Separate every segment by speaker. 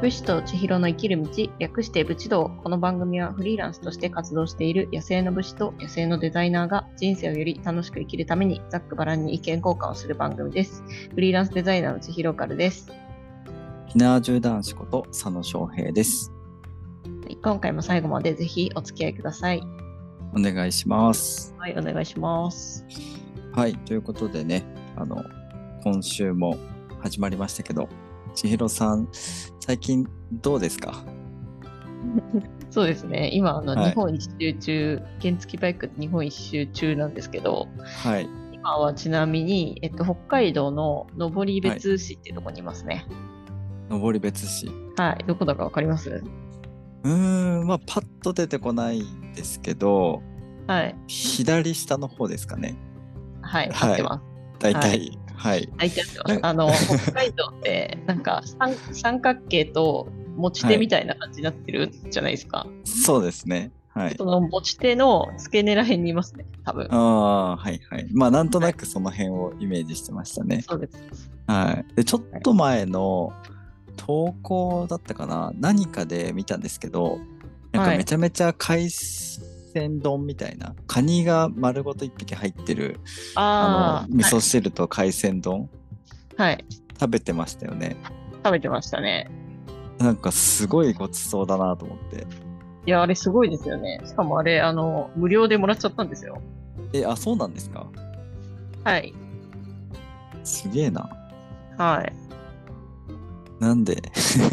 Speaker 1: 武士と千尋の生きる道、略して武士道。この番組はフリーランスとして活動している野生の武士と野生のデザイナーが人生をより楽しく生きるためにざっくばらんに意見交換をする番組です。フリーランスデザイナーの千尋からです。
Speaker 2: ひなわじゅう男子こと佐野翔平です。
Speaker 1: はい今回も最後までぜひお付き合いください。
Speaker 2: お願いします。
Speaker 1: はい、お願いします。
Speaker 2: はい、ということでね、あの、今週も始まりましたけど、千尋さん、最近どうですか
Speaker 1: そうですね、今あの、
Speaker 2: はい
Speaker 1: 日本一周中、原付バイク日本一周中なんですけど、
Speaker 2: はい。
Speaker 1: 今はちなみに、えっと、北海道の登別市っていうところにいますね。
Speaker 2: 登別市。う
Speaker 1: はい、どこだかわかります
Speaker 2: ーん、まあ、パッと出てこないんですけど、
Speaker 1: はい、
Speaker 2: 左下の方ですかね。
Speaker 1: はい、
Speaker 2: はい
Speaker 1: 合ってます。
Speaker 2: 大体。はい。
Speaker 1: はい、合ってま
Speaker 2: は
Speaker 1: す
Speaker 2: い。
Speaker 1: あの、北海道 って、なんか三、三角形と持ち手みたいな感じになってるじゃないですか。
Speaker 2: そうですね。はい。
Speaker 1: その持ち手の付け根らへんにいますね、多分
Speaker 2: あ。あ、はいはい。まあ、なんとなくその辺をイメージしてましたね。
Speaker 1: そうです。
Speaker 2: はい、でちょっと前の投稿だったかな何かで見たんですけどなん
Speaker 1: は
Speaker 2: か
Speaker 1: い
Speaker 2: めちゃめちゃ海鮮丼みたいな、カニが丸ごと1匹入ってる
Speaker 1: あ
Speaker 2: あ
Speaker 1: あ
Speaker 2: の味噌汁と海鮮丼、
Speaker 1: はい、はい、
Speaker 2: 食べてましたよね
Speaker 1: 食べてましたね。
Speaker 2: なんかすごいごちそうだなと思って
Speaker 1: いや、あれすごいですよね。しかもあれ、あの、無料でもらっちゃったんですよ。
Speaker 2: えあそうなんですか
Speaker 1: はい。
Speaker 2: すげえな
Speaker 1: はい。
Speaker 2: なんで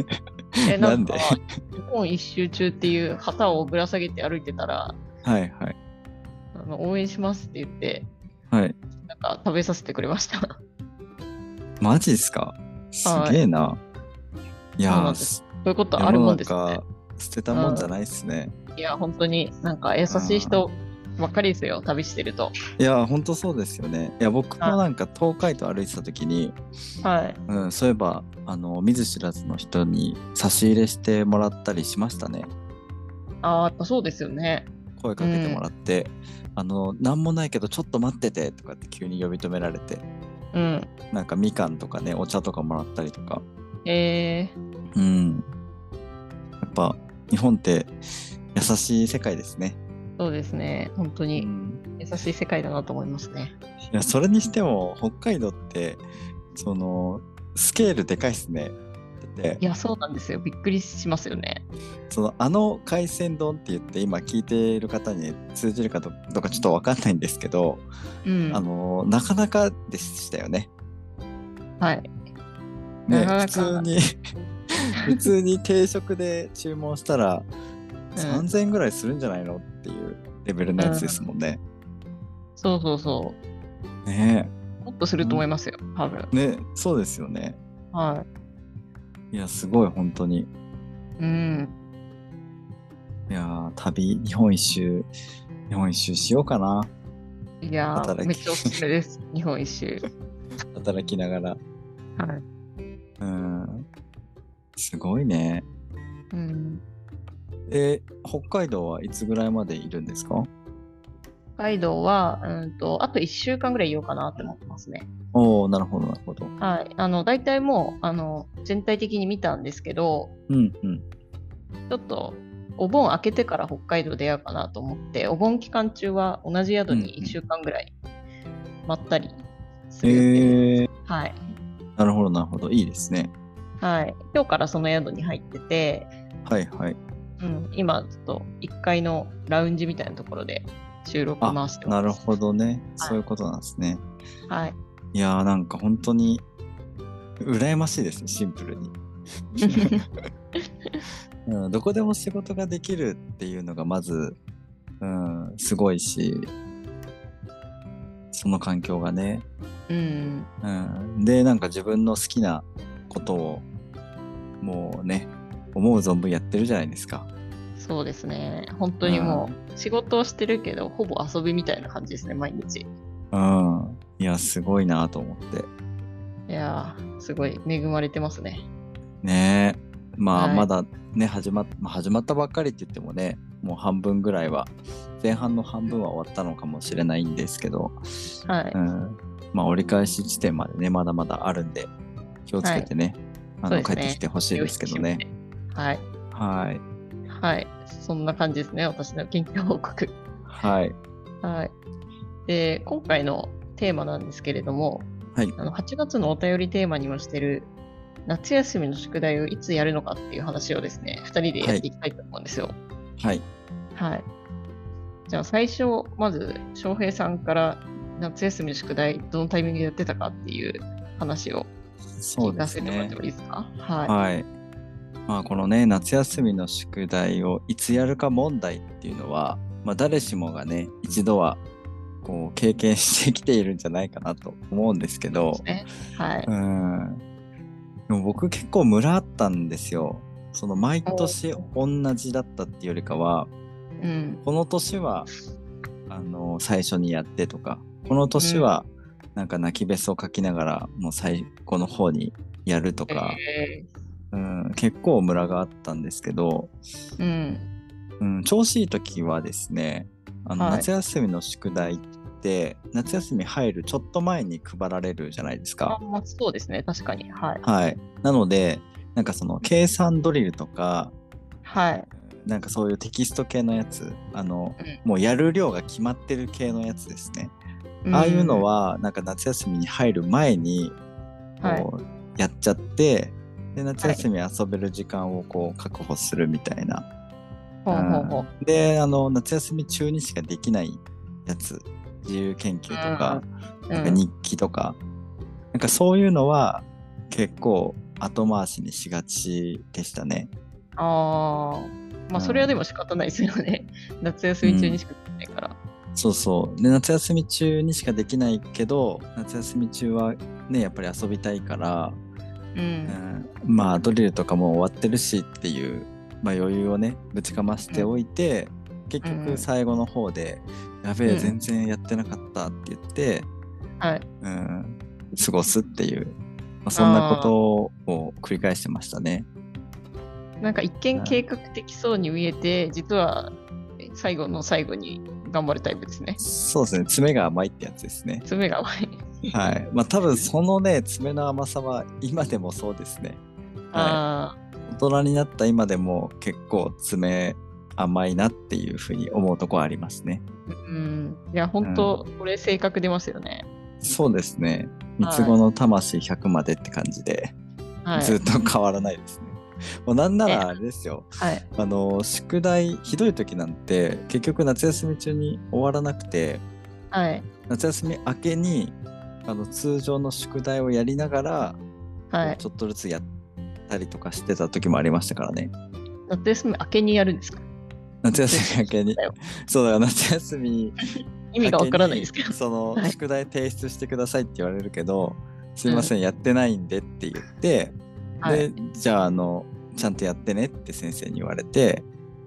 Speaker 1: え、なんか、日
Speaker 2: なん
Speaker 1: 本一周中っていう旗をぶら下げて歩いてたら、
Speaker 2: はいはい
Speaker 1: あの応援しますって言って、
Speaker 2: はい
Speaker 1: なんか食べさせてくれました。
Speaker 2: マジっすかすげえな、い、や
Speaker 1: そうなん
Speaker 2: ー
Speaker 1: です
Speaker 2: す
Speaker 1: そういうことあ
Speaker 2: 世
Speaker 1: る
Speaker 2: の
Speaker 1: もんですね
Speaker 2: 中。捨てたもんじゃないっすね、
Speaker 1: いや、本当になんか優しい人ばっかりですよ、旅してると。
Speaker 2: いや本当そうですよね。いや僕
Speaker 1: はい
Speaker 2: もなんか東海道歩いてた時に、
Speaker 1: はい。
Speaker 2: うん、そういえばあの見ず知らずの人に差し入れしてもらったりしましたね。
Speaker 1: あーやっぱそうですよね。
Speaker 2: 声かけてもらって、あの何もないけどちょっと待っててとかって急に呼び止められて
Speaker 1: うん。
Speaker 2: なんかみかんとかねお茶とかもらったりとか、
Speaker 1: えー、
Speaker 2: うん、やっぱ日本って優しい世界ですね。
Speaker 1: そうですね。本当
Speaker 2: う
Speaker 1: に
Speaker 2: ん
Speaker 1: 優しい世界だなと思いますね。
Speaker 2: いやそれにしても北海道ってそのスケールでかいっすね。で
Speaker 1: いや、そうなんですよ。びっくりしますよね。
Speaker 2: そのあの海鮮丼って言って今聞いている方に通じるかどうかちょっと分かんないんですけど、
Speaker 1: うん。
Speaker 2: あのなかなかでしたよね。
Speaker 1: はい。な
Speaker 2: ね
Speaker 1: かな
Speaker 2: 普
Speaker 1: か
Speaker 2: 通 に普通に定食で注文したら3000円ぐらいするんじゃないのっていうレベルのやつですもんね。
Speaker 1: そうそうそう。
Speaker 2: ね
Speaker 1: もっとすると思いますよ、多分。
Speaker 2: ねそうですよね。
Speaker 1: はい
Speaker 2: やすごい本当に。
Speaker 1: い。うん。
Speaker 2: いやー旅日本一周日本一周しようかな。
Speaker 1: いやー
Speaker 2: 働き
Speaker 1: めっちゃおすすめ です。日本一周。
Speaker 2: 働きながら。
Speaker 1: はい。
Speaker 2: うんすごいね。
Speaker 1: うん。
Speaker 2: えー北海道はいつぐらいまでいるんですか
Speaker 1: 北海道は、うんと、あと1週間ぐらいいようかなって思ってますね。
Speaker 2: おおなるほどなるほど。
Speaker 1: はい。あの、大体もう、あの、全体的に見たんですけど、
Speaker 2: うんうん。
Speaker 1: ちょっと、お盆明けてから北海道出会うかなと思って、お盆期間中は同じ宿に1週間ぐらい、まったりす
Speaker 2: え
Speaker 1: る予定です。
Speaker 2: ー、
Speaker 1: はい。
Speaker 2: なるほどなるほどいいですね。
Speaker 1: はい。今日からその宿に入ってて、
Speaker 2: はいはい。
Speaker 1: うん、今ちょっと1階のラウンジみたいなところで収録
Speaker 2: あ
Speaker 1: 回してます。
Speaker 2: なるほどね、
Speaker 1: はい
Speaker 2: そういうことなんですね。
Speaker 1: はい。
Speaker 2: いやーなんか本当に羨ましいですねシンプル に、うん。どこでも仕事ができるっていうのがまず、うん、すごいしその環境がね。
Speaker 1: うん。
Speaker 2: うん、でなんか自分の好きなことをもうね思う存分やってるじゃないですか。
Speaker 1: そうですね。本当にもう仕事をしてるけど、ほぼ遊びみたいな感じですね、毎日。い
Speaker 2: うん、いやすごいなと思って
Speaker 1: やー、すごい恵まれてますね。
Speaker 2: ねえまあ、
Speaker 1: はい
Speaker 2: まだね始まっまあ始まったばっかりって言ってもねもう半分ぐらいは前半の半分は終わったのかもしれないんですけど、
Speaker 1: はい。
Speaker 2: うん、まあ折り返し地点までねまだまだあるんで気をつけてね、
Speaker 1: そう
Speaker 2: あの
Speaker 1: ですね
Speaker 2: 帰ってきてほしいですけどね。
Speaker 1: 気を引き締めてはい。
Speaker 2: はい。
Speaker 1: はい。そんな感じですね。私の近況報告。
Speaker 2: はい。
Speaker 1: はい。で、今回のテーマなんですけれども、
Speaker 2: はい
Speaker 1: あの8月のお便りテーマにもしてる夏休みの宿題をいつやるのかっていう話をですね、2人でやっていきたいと思うんですよ。
Speaker 2: はい。
Speaker 1: はい。じゃあ最初、まず翔平さんから夏休みの宿題、どのタイミングでやってたかっていう話を
Speaker 2: そ
Speaker 1: 聞
Speaker 2: うで
Speaker 1: か
Speaker 2: す
Speaker 1: せてもらっ
Speaker 2: ね
Speaker 1: て。もいいですか。はい。
Speaker 2: はい。まあこのね夏休みの宿題をいつやるか問題っていうのは、まあ、誰しもがね一度はこう経験してきているんじゃないかなと思うんですけ
Speaker 1: そう
Speaker 2: ど
Speaker 1: ですね。はい。
Speaker 2: うんでも僕結構ムラあったんですよ。その毎年同じだったっていうよりかは
Speaker 1: うん。
Speaker 2: この年はあの最初にやってとかこの年はなんか泣きべそを書きながらもう最後の方にやるとか、
Speaker 1: え
Speaker 2: うん、結構ムラがあったんですけど、
Speaker 1: ーうん。
Speaker 2: うん、調子いい時はですねあの
Speaker 1: はい
Speaker 2: 夏休みの宿題って、夏休み入るちょっと前に配られるじゃないです
Speaker 1: あ
Speaker 2: か。
Speaker 1: まあ、そうですね。確かに。はい。
Speaker 2: はい、なのでなんかその計算ドリルとか
Speaker 1: はい。
Speaker 2: なんかそういうテキスト系のやつあの、
Speaker 1: うん
Speaker 2: もうやる量が決まってる系のやつですね。ああいうのはなんか夏休みに入る前に
Speaker 1: うん、はい。
Speaker 2: こうやっちゃって、で夏休み遊べる時間をこう確保するみたいな
Speaker 1: ほうほうほう。
Speaker 2: であの夏休み中にしかできないやつ自由研究とか,、
Speaker 1: うん
Speaker 2: なんか日記とか、なんかそういうのは結構後回しにしがちでしたね。
Speaker 1: ああ、まあそれはでも仕方ないですよね。 夏休み中にしかできないから。
Speaker 2: そうそうで夏休み中にしかできないけど夏休み中はねやっぱり遊びたいから、
Speaker 1: う。
Speaker 2: うんん、まあドリルとかもう終わってるしっていう、まあ、余裕をねぶちかましておいて、結
Speaker 1: うん
Speaker 2: 局最後の方で「やべ
Speaker 1: う
Speaker 2: え
Speaker 1: ん
Speaker 2: 全然やってなかった」って言って、
Speaker 1: はい。
Speaker 2: うん、過ごすっていう、まあ、そんなことを繰り返してましたね。
Speaker 1: なんか一見計画的そうに見えて、実は最後の最後に頑張るタイプですね。
Speaker 2: そうですね爪が甘いってやつですね。
Speaker 1: 爪が甘い。
Speaker 2: はい。まあ多分そのね爪の甘さは今でもそうですね。は
Speaker 1: あ
Speaker 2: い、大人になった今でも結構爪甘いなっていうふうに思うとこありますね。
Speaker 1: あ、うん。いや、本当、これ性格出ますよね。
Speaker 2: そうですね。
Speaker 1: は
Speaker 2: 三
Speaker 1: い
Speaker 2: つ子の魂100までって感じで、
Speaker 1: はい。
Speaker 2: ずっと変わらないですね。もうなんならあれですよ。
Speaker 1: はい。
Speaker 2: あの宿題ひどい時なんて結局夏休み中に終わらなくて
Speaker 1: はい。
Speaker 2: 夏休み明けにあの通常の宿題をやりながら、
Speaker 1: はい。
Speaker 2: ちょっとずつやったりとかしてた時もありましたからね
Speaker 1: 夏休み明けにやるんですか
Speaker 2: 夏休み明けに
Speaker 1: だよ
Speaker 2: そうだよ夏休み
Speaker 1: 意味がわからないですけど
Speaker 2: 明。けにその、
Speaker 1: はい
Speaker 2: 宿題提出してくださいって言われるけどすいません、やってないんでって言って、
Speaker 1: はい。
Speaker 2: でじゃああのちゃんとやってねって先生に言われて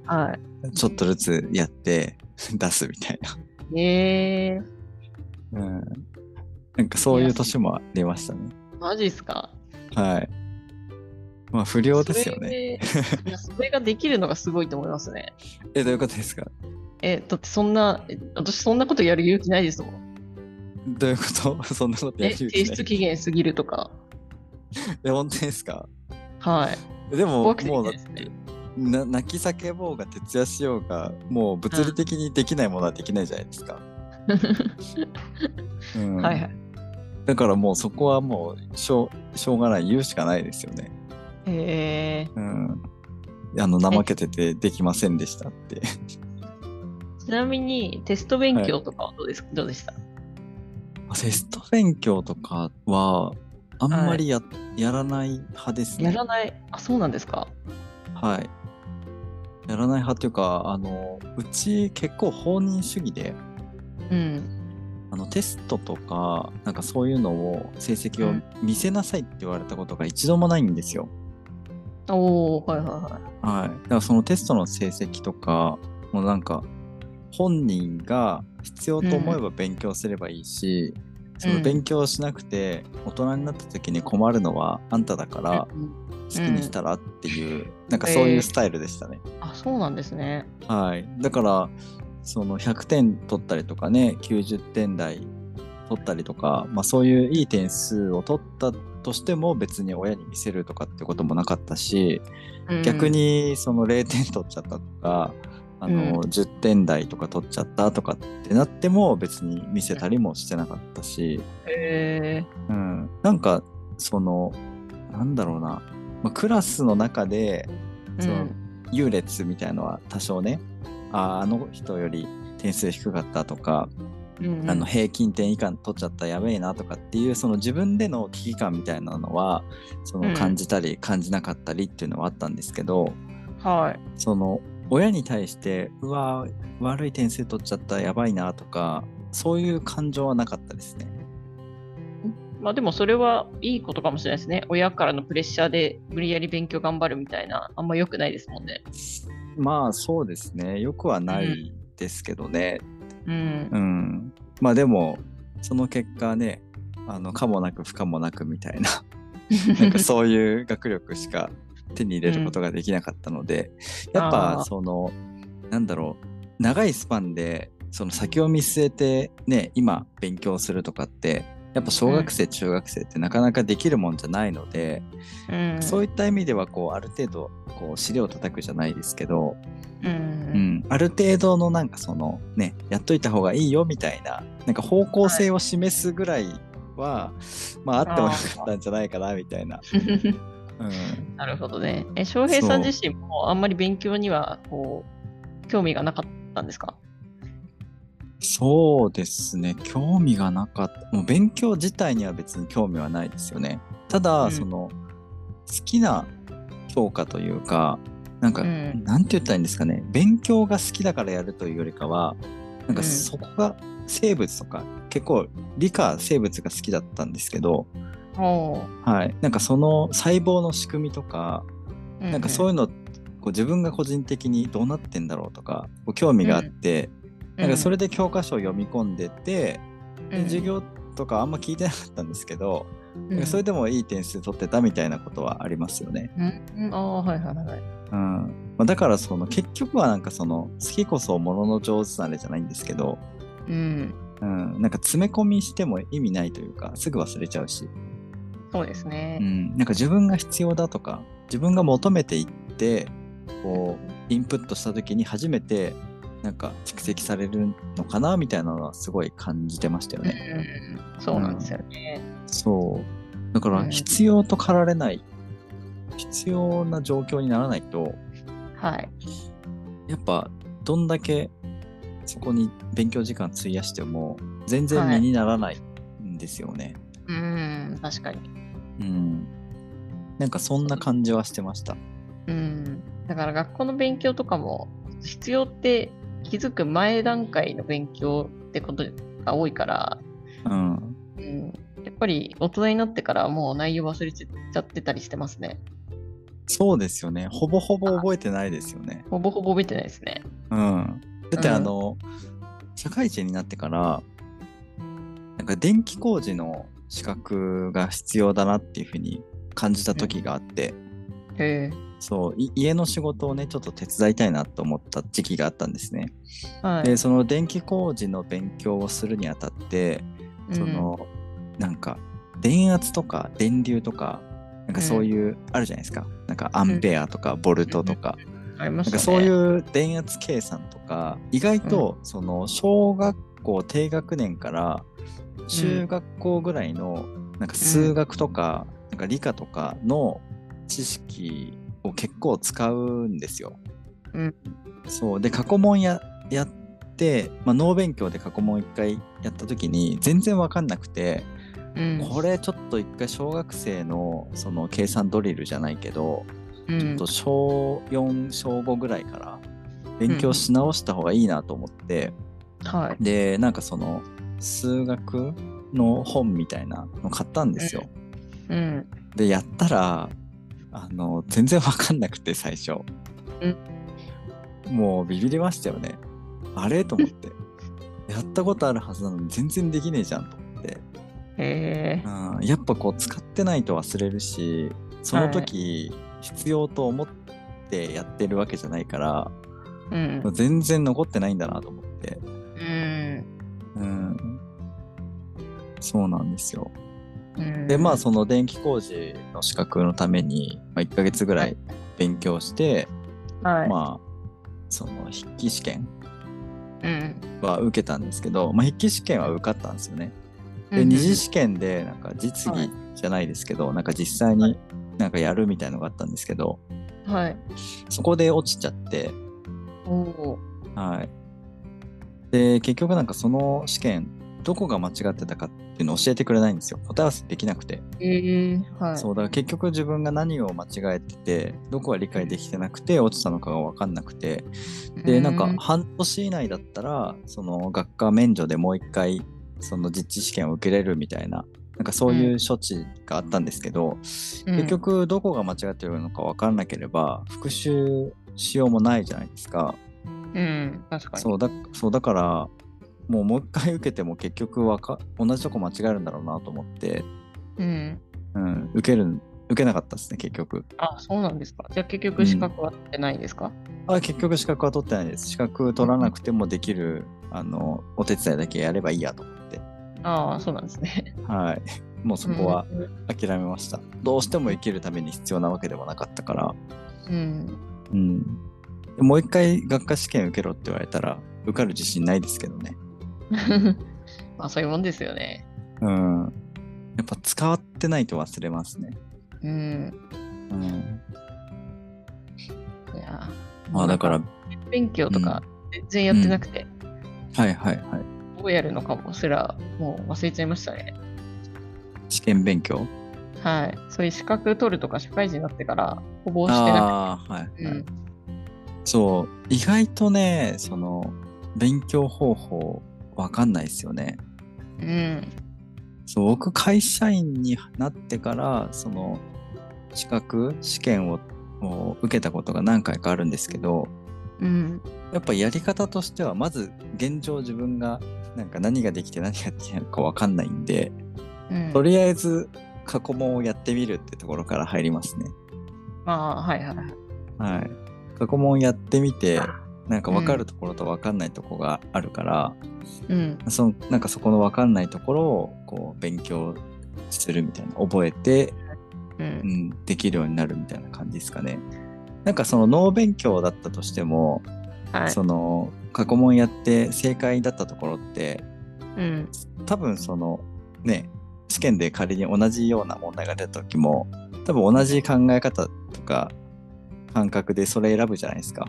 Speaker 1: は
Speaker 2: ちょっとずつやって出すみたいな。
Speaker 1: い。えー、
Speaker 2: うんなんかそういう年もありましたね。
Speaker 1: マジですか
Speaker 2: はい。まあ不良ですよね。
Speaker 1: ね。いやそれができるのがすごいと思いますね。
Speaker 2: え、どういうことですか
Speaker 1: え、だってそんな、え私そんなことやる勇気ないですもん。
Speaker 2: どういうこと そんなことや
Speaker 1: え、
Speaker 2: る
Speaker 1: 提
Speaker 2: 勇気
Speaker 1: 出
Speaker 2: ない。
Speaker 1: 期限過ぎるとか。
Speaker 2: え、本当ですか
Speaker 1: はい。
Speaker 2: でも、
Speaker 1: 怖くて
Speaker 2: もうだっ
Speaker 1: で
Speaker 2: て
Speaker 1: すね、
Speaker 2: な泣き叫ぼうが徹夜しようが、もう物理的にできないものはできないじゃないで すか。うん、
Speaker 1: はいはい。
Speaker 2: だからもうそこはもうしょうしょうがない、言うしかないですよね。
Speaker 1: え
Speaker 2: うん。あの、怠けててできませんでしたって。
Speaker 1: ー、ちなみにテスト勉強とかはどうです、どうでした
Speaker 2: テスト勉強とかはあんまりや,、やらない派ですね。
Speaker 1: やらない。あ、そうなんですか。
Speaker 2: はい。やらない派っていうか、あの、うち結構放任主義で、
Speaker 1: うん。
Speaker 2: あのテストとか、なんかそういうのを、成績
Speaker 1: う
Speaker 2: を
Speaker 1: ん
Speaker 2: 見せなさいって言われたことが一度もないんですよ。
Speaker 1: おー、はいは
Speaker 2: はい。だからそのテストの成績とか、もうなんか、本人が必要と思えば勉強すればいいし、その勉強しなくて大人になった時に困るのはあんただから
Speaker 1: いはい。、うん
Speaker 2: 好きにしたらっていう、なんかそういうスタイルでしたね。
Speaker 1: あ、そうなんですね。
Speaker 2: はい。だから、その100点取ったりとかね、90点台取ったりとか、まあ、そういういい点数を取ったとしても別に親に見せるとかってこともなかったし、
Speaker 1: うん
Speaker 2: 逆、にその0点取っちゃったとかあの、
Speaker 1: うん
Speaker 2: 10点台とか取っちゃったとかってなっても別に見せたりもしてなかったし、
Speaker 1: え
Speaker 2: うん、なんかそのなんだろうな、まあ、クラスの中で
Speaker 1: ー
Speaker 2: そうの
Speaker 1: ん
Speaker 2: 優劣みたいのは多少ねあーあの人より点数低かったとか、
Speaker 1: うんうん
Speaker 2: あの平均点以下取っちゃったやべえなとかっていうその自分での危機感みたいなのはそ
Speaker 1: うん
Speaker 2: の感じたり感じなかったりっていうのはあったんですけど、
Speaker 1: はい。
Speaker 2: その親に対してうわー悪い点数取っちゃったやばいなとかそういう感情はなかったですね。
Speaker 1: まあでもそれはいいことかもしれないですね。親からのプレッシャーで無理やり勉強頑張るみたいな、あんま良くないですもんね。
Speaker 2: まあそうですねよくはないですけどね、
Speaker 1: うん。
Speaker 2: うん、まあでもその結果ねあのかもなく不可もなくみたいななんかそういう学力しか手に入れることができなかったので、
Speaker 1: うん
Speaker 2: やっ
Speaker 1: あー
Speaker 2: ぱそのなんだろう長いスパンでその先を見据えてね今勉強するとかってやっぱ小学生、中学生ってなかなかできるもんじゃないので、
Speaker 1: うん
Speaker 2: そういった意味ではこうある程度こう尻を叩くじゃないですけど、
Speaker 1: う。
Speaker 2: うんん、ある程度のなんかそのねやっといた方がいいよみたいななんか方向性を示すぐらいは、まああってもよかったんじゃないかなみたいな、う ん、
Speaker 1: なるほどね。え、翔平さん自身もあんまり勉強には、こう、興味がなかったんですか
Speaker 2: そうですね興味がなかったもう勉強自体には別に興味はないですよねただ、
Speaker 1: うん
Speaker 2: その好きな教科というかなんか、
Speaker 1: うん
Speaker 2: なんて言ったらいいんですかね勉強が好きだからやるというよりかはなん
Speaker 1: う
Speaker 2: か
Speaker 1: ん
Speaker 2: そこが生物とか、結構理科生物が好きだったんですけど、
Speaker 1: お
Speaker 2: はい、なんかその細胞の仕組みとか、なんかそういううのこう自分が個人的にどうなってんだろうとかこう興味があって、なんかそれで教科書を読み込んでて、で授業とかあんま聞いてなかったんですけど、なんかそれでもいい点数取ってたみたいなことはありますよね。
Speaker 1: うん、ああ、はいはいはい。
Speaker 2: うんまあ、だからその結局はなんかその好きこそものの上手なれじゃないんですけど、
Speaker 1: うん、
Speaker 2: うん、なんか詰め込みしても意味ないというかすぐ忘れちゃうし。
Speaker 1: そうですね
Speaker 2: う。ん、なんか自分が必要だとか自分が求めていってこうインプットした時に初めてなんか蓄積されるのかなみたいなのはすごい感じてましたよ
Speaker 1: うん
Speaker 2: ね。
Speaker 1: うん、そうなんですよね。
Speaker 2: そうだか
Speaker 1: う
Speaker 2: ら
Speaker 1: ん
Speaker 2: 必要と駆られない必要な状況にならないと
Speaker 1: はい。
Speaker 2: やっぱどんだけそこに勉強時間費やしても全然身にならないんですよね。
Speaker 1: うん、確かに。
Speaker 2: うん、なんかそんな感じはしてました。
Speaker 1: うん、だから学校の勉強とかも必要って気づく前段階の勉強ってことが多いから、
Speaker 2: うん
Speaker 1: うん、やっぱり大人になってからもう内容忘れちゃってたりしてますね。
Speaker 2: そうですよね。ほぼほぼ覚えてないですよね。
Speaker 1: ほぼほぼ覚えてないですね。
Speaker 2: うん。だって
Speaker 1: うん
Speaker 2: あの、社会人になってから、なんか電気工事の資格が必要だなっていうふうに感じた時があって、
Speaker 1: へ
Speaker 2: そう、い家の仕事をね、ちょっと手伝いたいなと思った時期があったんですね。
Speaker 1: え。はい。
Speaker 2: で、その電気工事の勉強をするにあたって、
Speaker 1: うん
Speaker 2: そ、の、なんか、電圧とか電流とか、なんかそういう、あるじゃないですか。なんかアンペアとかボルトとか、
Speaker 1: ありま
Speaker 2: な
Speaker 1: し
Speaker 2: ん
Speaker 1: た
Speaker 2: か
Speaker 1: ね。
Speaker 2: そういう電圧計算とか意外とその小学校低学年から中学校ぐらいのなんか数学とかなんか理科とかの知識を結構使うんですよ。
Speaker 1: うん
Speaker 2: そうで過去問ややって、まあ、脳勉強で過去問一回やった時に全然わかんなくて
Speaker 1: うん、
Speaker 2: これちょっと一回小学生のその計算ドリルじゃないけど
Speaker 1: うん、
Speaker 2: ちょっと小4小5ぐらいから勉強し直した方がいいなと思って、
Speaker 1: はい。
Speaker 2: でなんかその数学の本みたいなの買ったんですよ。
Speaker 1: うん。
Speaker 2: でやったらあの全然わかんなくて最初、もうビビりましたよねあれと思ってやったことあるはずなのに全然できねえじゃんと思って
Speaker 1: へえ。
Speaker 2: うんやっぱこう使ってないと忘れるしその時必要と思ってやってるわけじゃないから、
Speaker 1: うん。
Speaker 2: 全然残ってないんだなと思って、
Speaker 1: うん。
Speaker 2: うん、そうなんですよ。
Speaker 1: うん
Speaker 2: でまあその電気工事の資格のために、まあ、1ヶ月ぐらい勉強して、
Speaker 1: はい、
Speaker 2: まあその筆記試験
Speaker 1: うん
Speaker 2: は受けたんですけど、まあ、筆記試験は受かったんですよね。で
Speaker 1: うん
Speaker 2: 二次試験でなんか実技じゃないですけど、なんか実際になんかやるみたいのがあったんですけど
Speaker 1: はい
Speaker 2: そこで落ちちゃって、
Speaker 1: おお
Speaker 2: はい、で結局なんかその試験どこが間違ってたかっていうのを教えてくれないんですよ答え合わせできなくて、
Speaker 1: ええはい
Speaker 2: そうだから結局自分が何を間違えててどこが理解できてなくて落ちたのかが分かんなくてでなんか半年以内だったらその学科免除でもう一回その実地試験を受けれるみたいななんかそういう処置があったんですけど、結
Speaker 1: 結
Speaker 2: 局どこが間違ってるのか分からなければ復習しようもないじゃないですか。
Speaker 1: うん、うん、確かに
Speaker 2: そうだそうだからもうもう一回受けても結局わか同じとこ間違えるんだろうなと思って、
Speaker 1: うん
Speaker 2: うん、受ける受けなかったですね結局
Speaker 1: あそうなんですかじゃあ結局資格は取ってないんですか、
Speaker 2: あ結局資格は取ってないです資格取らなくてもできるあのお手伝いだけやればいいやと思って
Speaker 1: ああそうなんですね
Speaker 2: はい もうそこは
Speaker 1: うん
Speaker 2: 諦めました、どうしても生きるために必要なわけでもなかったから
Speaker 1: うん
Speaker 2: うんでもう一回学科試験受けろって言われたら受かる自信ないですけどね
Speaker 1: まあそういうもんですよね
Speaker 2: うんやっぱ使ってないと忘れますね
Speaker 1: うん
Speaker 2: うん
Speaker 1: いや
Speaker 2: まあだから
Speaker 1: 勉強とか全然やってなくて、
Speaker 2: はいはいはい
Speaker 1: どうやるのかもすらもう忘れちゃいましたね
Speaker 2: 試験勉強
Speaker 1: はいそういう資格取るとか社会人になってからほぼしてな
Speaker 2: あーはい、
Speaker 1: くて、うん、
Speaker 2: そう意外とねその勉強方法わかんないですよね
Speaker 1: うん
Speaker 2: そう僕会社員になってからその資格試験をを受けたことが何回かあるんですけど
Speaker 1: うん
Speaker 2: やっぱやり方としてはまず現状自分がなんか何ができて何ができないのかわかんないんで
Speaker 1: うん
Speaker 2: とりあえず過去問をやってみるってところから入りますね。
Speaker 1: まあはいはいはい
Speaker 2: はい、過去問やってみてなんか分かるところと分かんないところがあるから、
Speaker 1: うん
Speaker 2: そのなんかそこの分かんないところをこう勉強するみたいな覚えて、
Speaker 1: う
Speaker 2: うんん、できるようになるみたいな感じですかね。なんかその脳勉強だったとしても、
Speaker 1: はい
Speaker 2: その過去問やって正解だったところって
Speaker 1: うん
Speaker 2: 多分そのね試験で仮に同じような問題が出た時も多分同じ考え方とか感覚でそれ選ぶじゃないですか。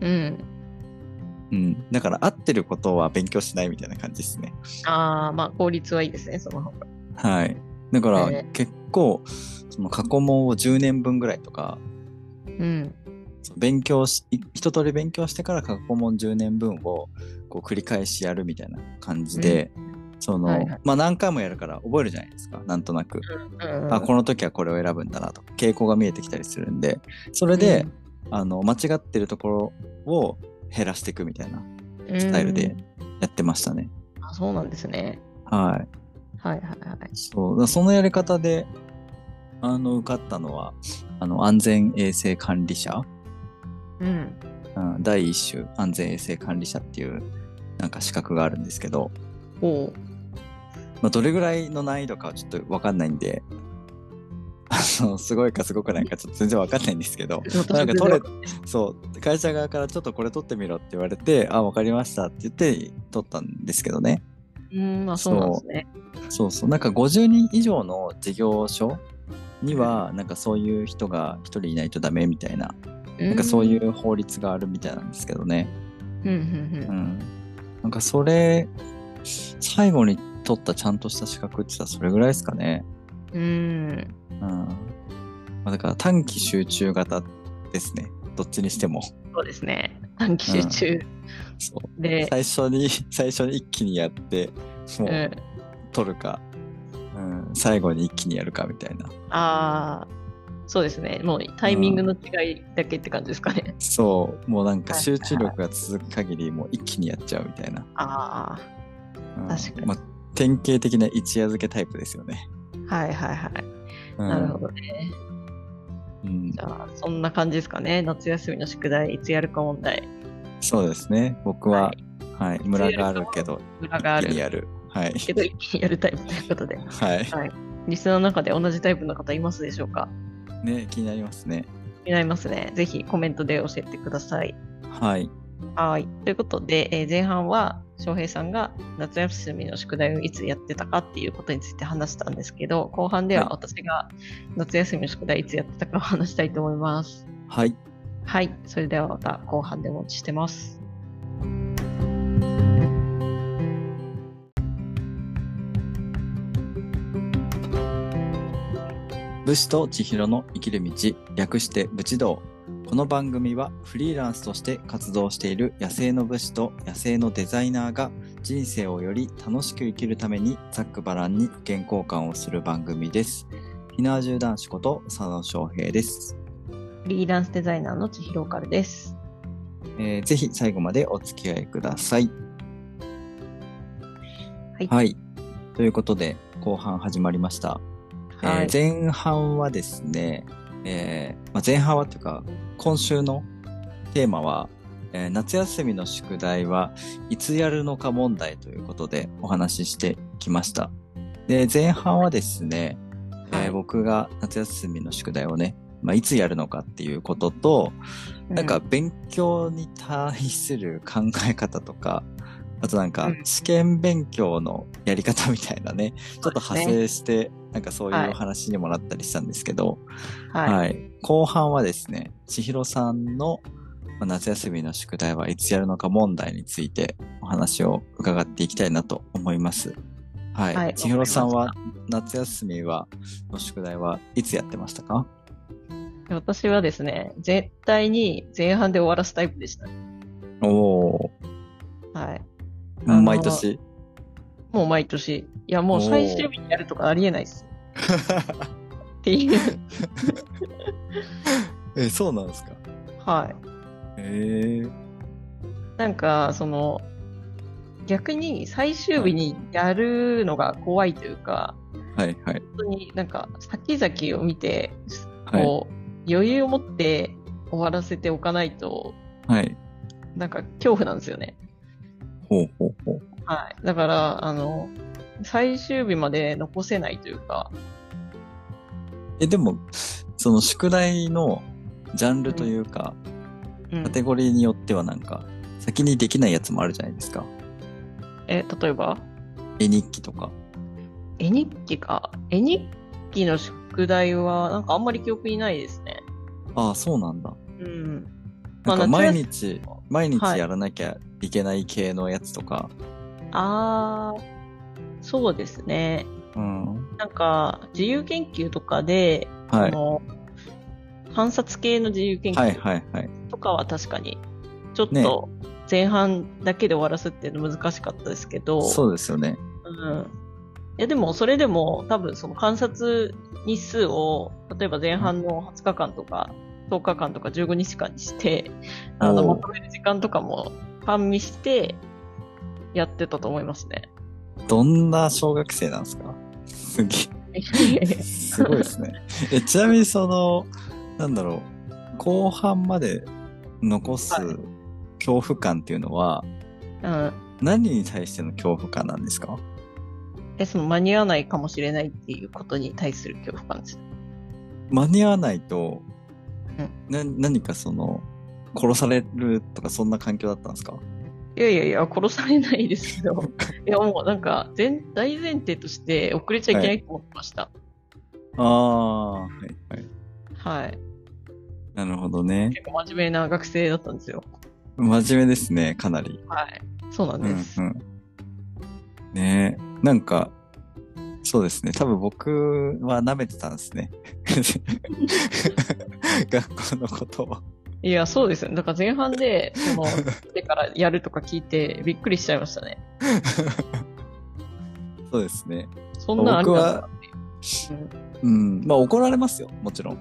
Speaker 1: うん
Speaker 2: うん、だから合ってることは勉強しないみたいな感じですね。
Speaker 1: ああまあ効率はいいですねその方が
Speaker 2: はい。だから
Speaker 1: え
Speaker 2: 結構その過去問を10年分ぐらいとか
Speaker 1: うん
Speaker 2: その勉強しい一通り勉強してから過去問10年分をこう繰り返しやるみたいな感じで、その、
Speaker 1: はいはい
Speaker 2: まあ何回もやるから覚えるじゃないですかなんとなく、
Speaker 1: うん
Speaker 2: あこの時はこれを選ぶんだなとか傾向が見えてきたりするんでそれで、あの間違ってるところを減らしていくみたいなス
Speaker 1: ス
Speaker 2: タイルでやってましたね。
Speaker 1: あそうなんですね
Speaker 2: はい。
Speaker 1: はいはいはい
Speaker 2: そうだからそのやり方であの受かったのはあの安全衛生管理者、
Speaker 1: うん
Speaker 2: うん、第一種安全衛生管理者っていうなんか資格があるんですけど、
Speaker 1: おお
Speaker 2: まあ、どれぐらいの難易度かはちょっと分かんないんであのすごいかすごくないかちょっと全然分かんないんですけどなんか取れそう会社側からちょっとこれ取ってみろって言われてあ分かりましたって言って取ったんですけどね
Speaker 1: うんまあそうなんですね
Speaker 2: そうそうなんか50人以上の事業所にはなんかそういう人が1人いないとダメみたいななんかそういう法律があるみたいなんですけどね、
Speaker 1: うんうんう
Speaker 2: うんん、なんかそれ最後に取ったちゃんとした資格って言ったらそれぐらいですかね、
Speaker 1: うんうん
Speaker 2: うんまあ、だから短期集中型ですねどっちにしても
Speaker 1: そうですね短期集中
Speaker 2: そう
Speaker 1: で
Speaker 2: 最初に最初に一気にやってもう取るか、うん、最後に一気にやるかみたいな
Speaker 1: ああそうですねもうタイミングの違いだけって感じですかね、
Speaker 2: そう、もうなんか
Speaker 1: はい
Speaker 2: 集中力が続く限り、もう一気にやっちゃうみたいな。
Speaker 1: あ
Speaker 2: うん
Speaker 1: 確かに
Speaker 2: まあ、典型的な一夜漬けタイプですよね。
Speaker 1: あはいはいはい、
Speaker 2: うん
Speaker 1: なるほどね
Speaker 2: うん
Speaker 1: じゃあそんな感じですかね夏休みの宿題いつやるか問題
Speaker 2: そうですね。僕は、
Speaker 1: は
Speaker 2: はい、村があるけど、
Speaker 1: 裏があ
Speaker 2: 一気に
Speaker 1: る
Speaker 2: やる。はい。
Speaker 1: けど一気にやるタイプということで、
Speaker 2: はい。
Speaker 1: リスナーの中で同じタイプの方いますでしょうか
Speaker 2: ね、気になりますね。
Speaker 1: 気になりますね。ぜひコメントで教えてください。
Speaker 2: はい。
Speaker 1: はい。ということで、えー前半は翔平さんが夏休みの宿題をいつやってたかっていうことについて話したんですけど、後半では
Speaker 2: は
Speaker 1: 私が夏休みの宿題いつやってたかを話したいと思います。
Speaker 2: はい。
Speaker 1: はい。それではまた後半でお待ちしてます。
Speaker 2: 武士と千尋の生きる道、略して武士道。この番組はフリーランスとして活動している野生の武士と野生のデザイナーが人生をより楽しく生きるためにざっくばらんに意見交換をする番組です。ひなわじゅう男子こと佐野翔平です、
Speaker 1: フリーランスデザイナーの千尋オカルです。
Speaker 2: えーぜひ最後までお付き合いください。
Speaker 1: はい
Speaker 2: はい。ということで後半始まりました。えー
Speaker 1: はい。
Speaker 2: 前半はですね、えーまあ、前半はというか今週のテーマは、えー夏休みの宿題はいつやるのか問題ということでお話ししてきましたで前半はですね、えー僕が夏休みの宿題をね、まあ、いつやるのかっていうことと、なんか勉強に対する考え方とか、あとなんか
Speaker 1: うん
Speaker 2: 試験勉強のやり方みたいなね、ちょっと派生して、なんかそう
Speaker 1: はいいう
Speaker 2: お話にもなったりしたんですけど、
Speaker 1: うん、
Speaker 2: はい、
Speaker 1: はい。
Speaker 2: 後半はですね、千尋さんのまあ夏休みの宿題はいつやるのか問題についてお話を伺っていきたいなと思います。はい。
Speaker 1: はい
Speaker 2: 千尋さんは夏休みは、の宿題はいつやってましたか
Speaker 1: 私はですね、絶対に前半で終わらすタイプでした。
Speaker 2: お
Speaker 1: はい。あ
Speaker 2: ー、
Speaker 1: の
Speaker 2: 毎年。
Speaker 1: もう毎年。いや、もう最終日にやるとかありえないっす。っていう。
Speaker 2: え、そうなんですか
Speaker 1: はい。
Speaker 2: へえ。
Speaker 1: なんか、その、逆に最終日にやるのが怖いというか、
Speaker 2: はいはい。
Speaker 1: 本当になんか、先々を見て、
Speaker 2: はい。
Speaker 1: こう、余裕を持って終わらせておかないと、
Speaker 2: はい。
Speaker 1: なんか恐怖なんですよね。
Speaker 2: ほうほうほう。
Speaker 1: はい。だから、あの、最終日まで残せないというか、
Speaker 2: え、でも、その宿題のジャンルというか、
Speaker 1: うん
Speaker 2: カテゴリーによってはなんか、先にできないやつもあるじゃないですか。
Speaker 1: え、例えば
Speaker 2: 絵日記とか。
Speaker 1: 絵日記か。絵日記の宿題は、なんかあんまり記憶にないですね。
Speaker 2: ああ、そうなんだ。
Speaker 1: うん。
Speaker 2: なん
Speaker 1: まあ
Speaker 2: か
Speaker 1: 夏
Speaker 2: 毎
Speaker 1: 休
Speaker 2: 日、毎日
Speaker 1: はい
Speaker 2: やらなきゃいけない系のやつとか。
Speaker 1: あー、そうですね。
Speaker 2: うん。
Speaker 1: なんか、自由研究とかで、
Speaker 2: は
Speaker 1: あ
Speaker 2: い。
Speaker 1: の、観察系の自由研
Speaker 2: はい
Speaker 1: 究
Speaker 2: はいはい。
Speaker 1: とかは確かに、ちょっ
Speaker 2: ね
Speaker 1: と前半だけで終わらすっていうの難しかったですけど、
Speaker 2: そうですよね。
Speaker 1: うん。いやでも、それでも多分その観察日数を、例えば前半の20日間とか、10日間とか15日間にして、あの、
Speaker 2: お
Speaker 1: ま
Speaker 2: う
Speaker 1: とめる時間とかも半身して、やってたと思います ね。
Speaker 2: どんな小学生なんですかすげえ。すごいですね。 えちなみにその、なんだろう、後半まで残す
Speaker 1: はい
Speaker 2: 恐怖感っていうのは、
Speaker 1: うん。
Speaker 2: 何に対しての恐怖感なんですか
Speaker 1: え、その間に合わないかもしれないっていうことに対する恐怖感です。
Speaker 2: 間に合わないと、
Speaker 1: うん
Speaker 2: な何かその、殺されるとかそんな環境だったんですか
Speaker 1: いやいやいや、殺されないですけ ど、いやもうなんか前、大前提として遅れちゃいけないと思ってました。
Speaker 2: ああ、はいはい。
Speaker 1: はい。
Speaker 2: なるほどね。
Speaker 1: 結構真面目な学生だったんですよ。
Speaker 2: 真面目ですね、かなり。
Speaker 1: はい。そうなん
Speaker 2: う
Speaker 1: で
Speaker 2: ん
Speaker 1: す。
Speaker 2: うん。ねえ、なんか、そうですね。多分僕は舐めてたんですね。 学校のことを。
Speaker 1: いや、そうですよね。だから前半で、その、でからやるとか聞いて、びっくりしちゃいましたね。
Speaker 2: そうですね。
Speaker 1: そんなんあり
Speaker 2: 僕
Speaker 1: なん
Speaker 2: は、うん、まあ怒られますよ、もちろん。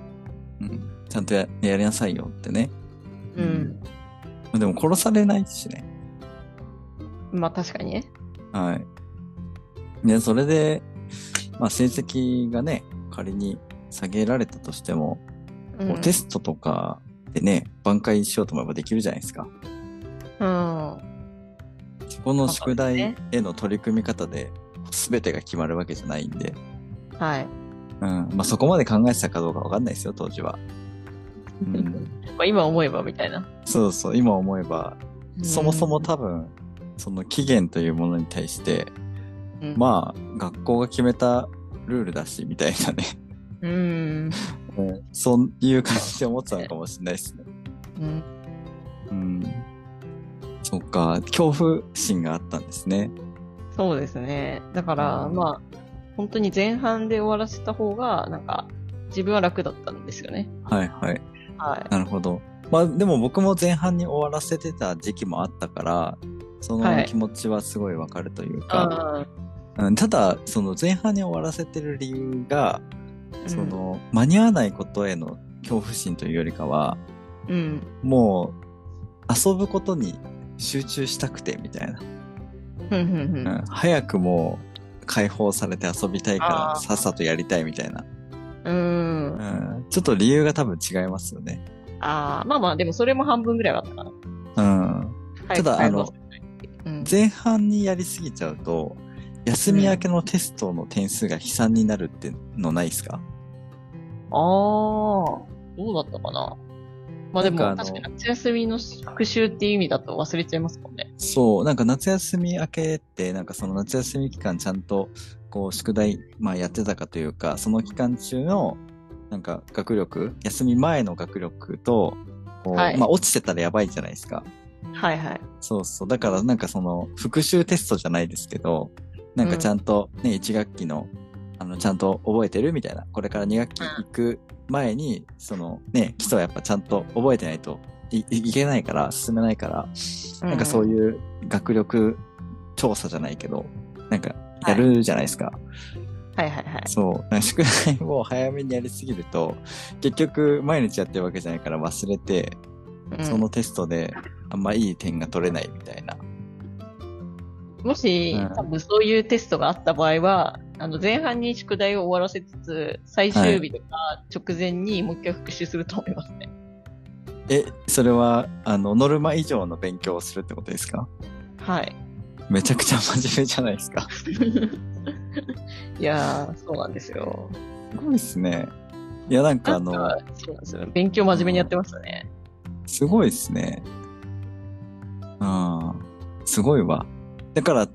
Speaker 2: うん、ちゃんとややりなさいよってね。
Speaker 1: う
Speaker 2: うん
Speaker 1: ん。
Speaker 2: まあでも殺されないしね。
Speaker 1: まあ確かにね。
Speaker 2: はい。ね、それで、まあ成績がね、仮に下げられたとしても、
Speaker 1: う
Speaker 2: こ
Speaker 1: ん
Speaker 2: う。テストとかでね、挽回しようと思えばできるじゃないですか。
Speaker 1: うん。
Speaker 2: そこの宿題への取り組み方で全てが決まるわけじゃないんで、
Speaker 1: はい。
Speaker 2: うんまあ、そこまで考えてたかどうかわかんないですよ当時は、うん、
Speaker 1: まあ今思えばみたいな。
Speaker 2: そうそう今思えばそもそも多分その期限というものに対して
Speaker 1: うん、あ、
Speaker 2: まあ学校が決めたルールだしみたいなね、
Speaker 1: うん。
Speaker 2: うん、 そういう感じで思ってたのかもしれないですね
Speaker 1: うん
Speaker 2: うんそっか恐怖心があったんですね
Speaker 1: そうですね。だから、
Speaker 2: うん
Speaker 1: まあ、本当に前半で終わらせた方が、なんか、自分は楽だったんですよね。
Speaker 2: はいはい
Speaker 1: は
Speaker 2: なるほど。まあでも僕も前半に終わらせてた時期もあったから、そ
Speaker 1: はい
Speaker 2: の気持ちはすごいわかるという
Speaker 1: い。
Speaker 2: か、うん、ただ、その前半に終わらせてる理由が、
Speaker 1: うん
Speaker 2: そ、の、間に合わないことへの恐怖心というよりかは、
Speaker 1: うん。
Speaker 2: もう遊ぶことに集中したくてみたいな。
Speaker 1: ふんふんふん。
Speaker 2: うん、早くもう解放されて遊びたいか
Speaker 1: あ
Speaker 2: ら
Speaker 1: ー
Speaker 2: さっさとやりたいみたいな。
Speaker 1: うん。
Speaker 2: うん、ちょっと理由が多分違いますよね。
Speaker 1: ああ、まあまあ、でもそれも半分ぐらいはあったかな。
Speaker 2: うん。
Speaker 1: はい
Speaker 2: ただ
Speaker 1: はい
Speaker 2: あの
Speaker 1: まうん、
Speaker 2: 前半にやりすぎちゃうと休み明けのテストの点数が悲惨になるってのないですか、
Speaker 1: ああ、どうだったかな。まあでも、
Speaker 2: なん
Speaker 1: 確
Speaker 2: かあの
Speaker 1: かに夏休みの復習っていう意味だと忘れちゃいますもんね。
Speaker 2: そうなんか夏休み明けってなんかその夏休み期間ちゃんとこう宿題、まあ、やってたかというかその期間中のなんか学力休み前の学力とこう、
Speaker 1: はい
Speaker 2: まあ、落ちてたらやばいじゃないですか
Speaker 1: はいはい。
Speaker 2: そうそうだからなんかその復習テストじゃないですけどなんかちゃんとね、1学期のあのちゃんと覚えてるみたいなこれから2学期行く前に、そのね基礎やっぱちゃんと覚えてないといいいけないから進めないから、なんかそう
Speaker 1: う
Speaker 2: いう学力調査じゃないけどなんかやるじゃないですか、
Speaker 1: ん。はいはいはい。
Speaker 2: そうなんか宿題を早めにやりすぎると結局毎日やってるわけじゃないから忘れて
Speaker 1: うん
Speaker 2: そのテストであんまいい点が取れないみたいな。
Speaker 1: もし、
Speaker 2: うん
Speaker 1: 多分そういうテストがあった場合は、あの前半に宿題を終わらせつつ、最終日とか直前にもう一回復習すると思いますね。
Speaker 2: え、それは、あの、ノルマ以上の勉強をするってことですか
Speaker 1: はい。
Speaker 2: めちゃくちゃ真面目じゃないですか。す
Speaker 1: いやー、そうなんですよ。
Speaker 2: ごいですね。いや、なんか
Speaker 1: な
Speaker 2: あ
Speaker 1: ん
Speaker 2: の、
Speaker 1: か、そうなんですよ。勉強真面目にやってましたね。
Speaker 2: すごいですね。うん。すごいわ。だから、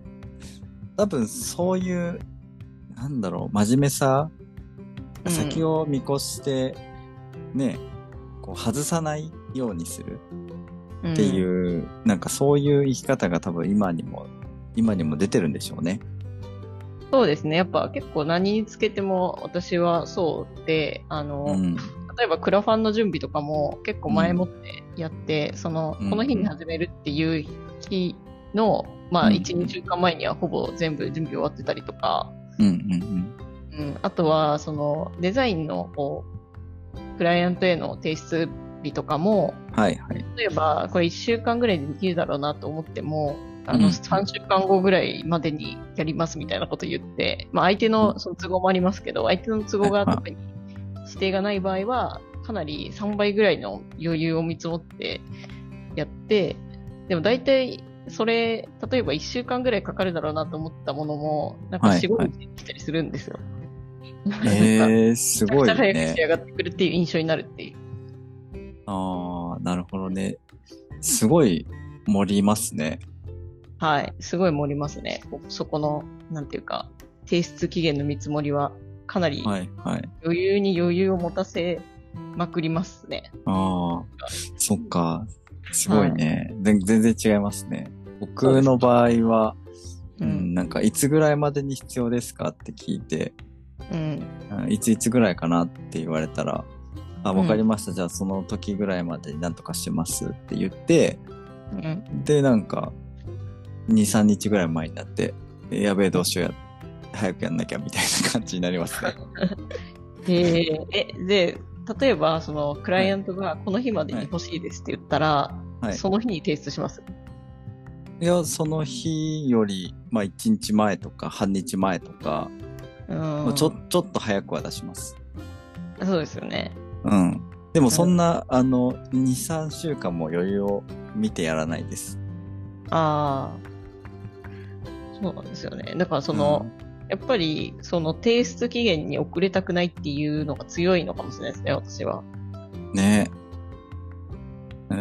Speaker 2: 多分そういう、なんだろう、真面目さ、
Speaker 1: うん
Speaker 2: 先を見越して、ね、こう、外さないようにする
Speaker 1: っ
Speaker 2: っていう、なんかそういう生き方が多分今にも、今にも出てるんでしょうね。
Speaker 1: そうですね。やっぱ結構何につけても私はそうで、あの、
Speaker 2: うん。
Speaker 1: 例えばクラファンの準備とかも結構前もってやって、その、
Speaker 2: うん
Speaker 1: この日に始めるっていう日の、まあ
Speaker 2: うん
Speaker 1: 1、2週間前にはほぼ全部準備終わってたりとか、
Speaker 2: うんうんうん。
Speaker 1: うん、あとはそのデザインのこう、クライアントへの提出日とかも、
Speaker 2: はいはい。
Speaker 1: 例えばこれ1週間ぐらいでできるだろうなと思ってもあ
Speaker 2: う
Speaker 1: の
Speaker 2: ん
Speaker 1: 3週間後ぐらいまでにやりますみたいなこと言って、まあ、相手のその都合もありますけど相手の都合が
Speaker 2: はい
Speaker 1: 特に指定がない場合はかなり3倍ぐらいの余裕を見積もってやってでも大体それ例えば1週間ぐらいかかるだろうなと思ったものもなんか
Speaker 2: はい
Speaker 1: 45日できたりするんですよ。 なんか
Speaker 2: えー、す
Speaker 1: めちゃ
Speaker 2: ご
Speaker 1: く
Speaker 2: い
Speaker 1: ちゃ早く
Speaker 2: ね
Speaker 1: 仕。上がってくるっていう印象になるっていう。
Speaker 2: ああ、なるほどね。すごい盛りますね。
Speaker 1: はい、すごい盛りますね。こそこの、なんていうか、提出期限の見積もりは、かなり
Speaker 2: はいはい。
Speaker 1: 余裕に余裕を持たせまくりますね。
Speaker 2: ああ、そっか。すごいね。ぜん全然違いますね。僕の場合は、う
Speaker 1: うん
Speaker 2: ん、なんかいつぐらいまでに必要ですかって聞いて、
Speaker 1: うん。
Speaker 2: うんいついつぐらいかなって言われたら、あ、わかりました。じゃあその時ぐらいまでになんとかしますって言って、
Speaker 1: うん。
Speaker 2: で、なんか、2、3日ぐらい前になって、えやべえ、どうしようや、早くやんなきゃみたいな感じになりますね。
Speaker 1: へええ、で、例えば、その、クライアントが、この日までに欲しいですって言ったら、
Speaker 2: はい。
Speaker 1: その日に提出します。
Speaker 2: いや、その日より、まあ、1日前とか、半日前とか、
Speaker 1: うん。
Speaker 2: まあちょ、ちょっと早くは出します。
Speaker 1: そうですよね。
Speaker 2: うん。でも、そんな、あの、2、3週間も余裕を見てやらないです。
Speaker 1: ああ。そうなんですよね。だから、その、
Speaker 2: うん
Speaker 1: やっぱりその提出期限に遅れたくないっていうのが強いのかもしれないですね、私は。
Speaker 2: ね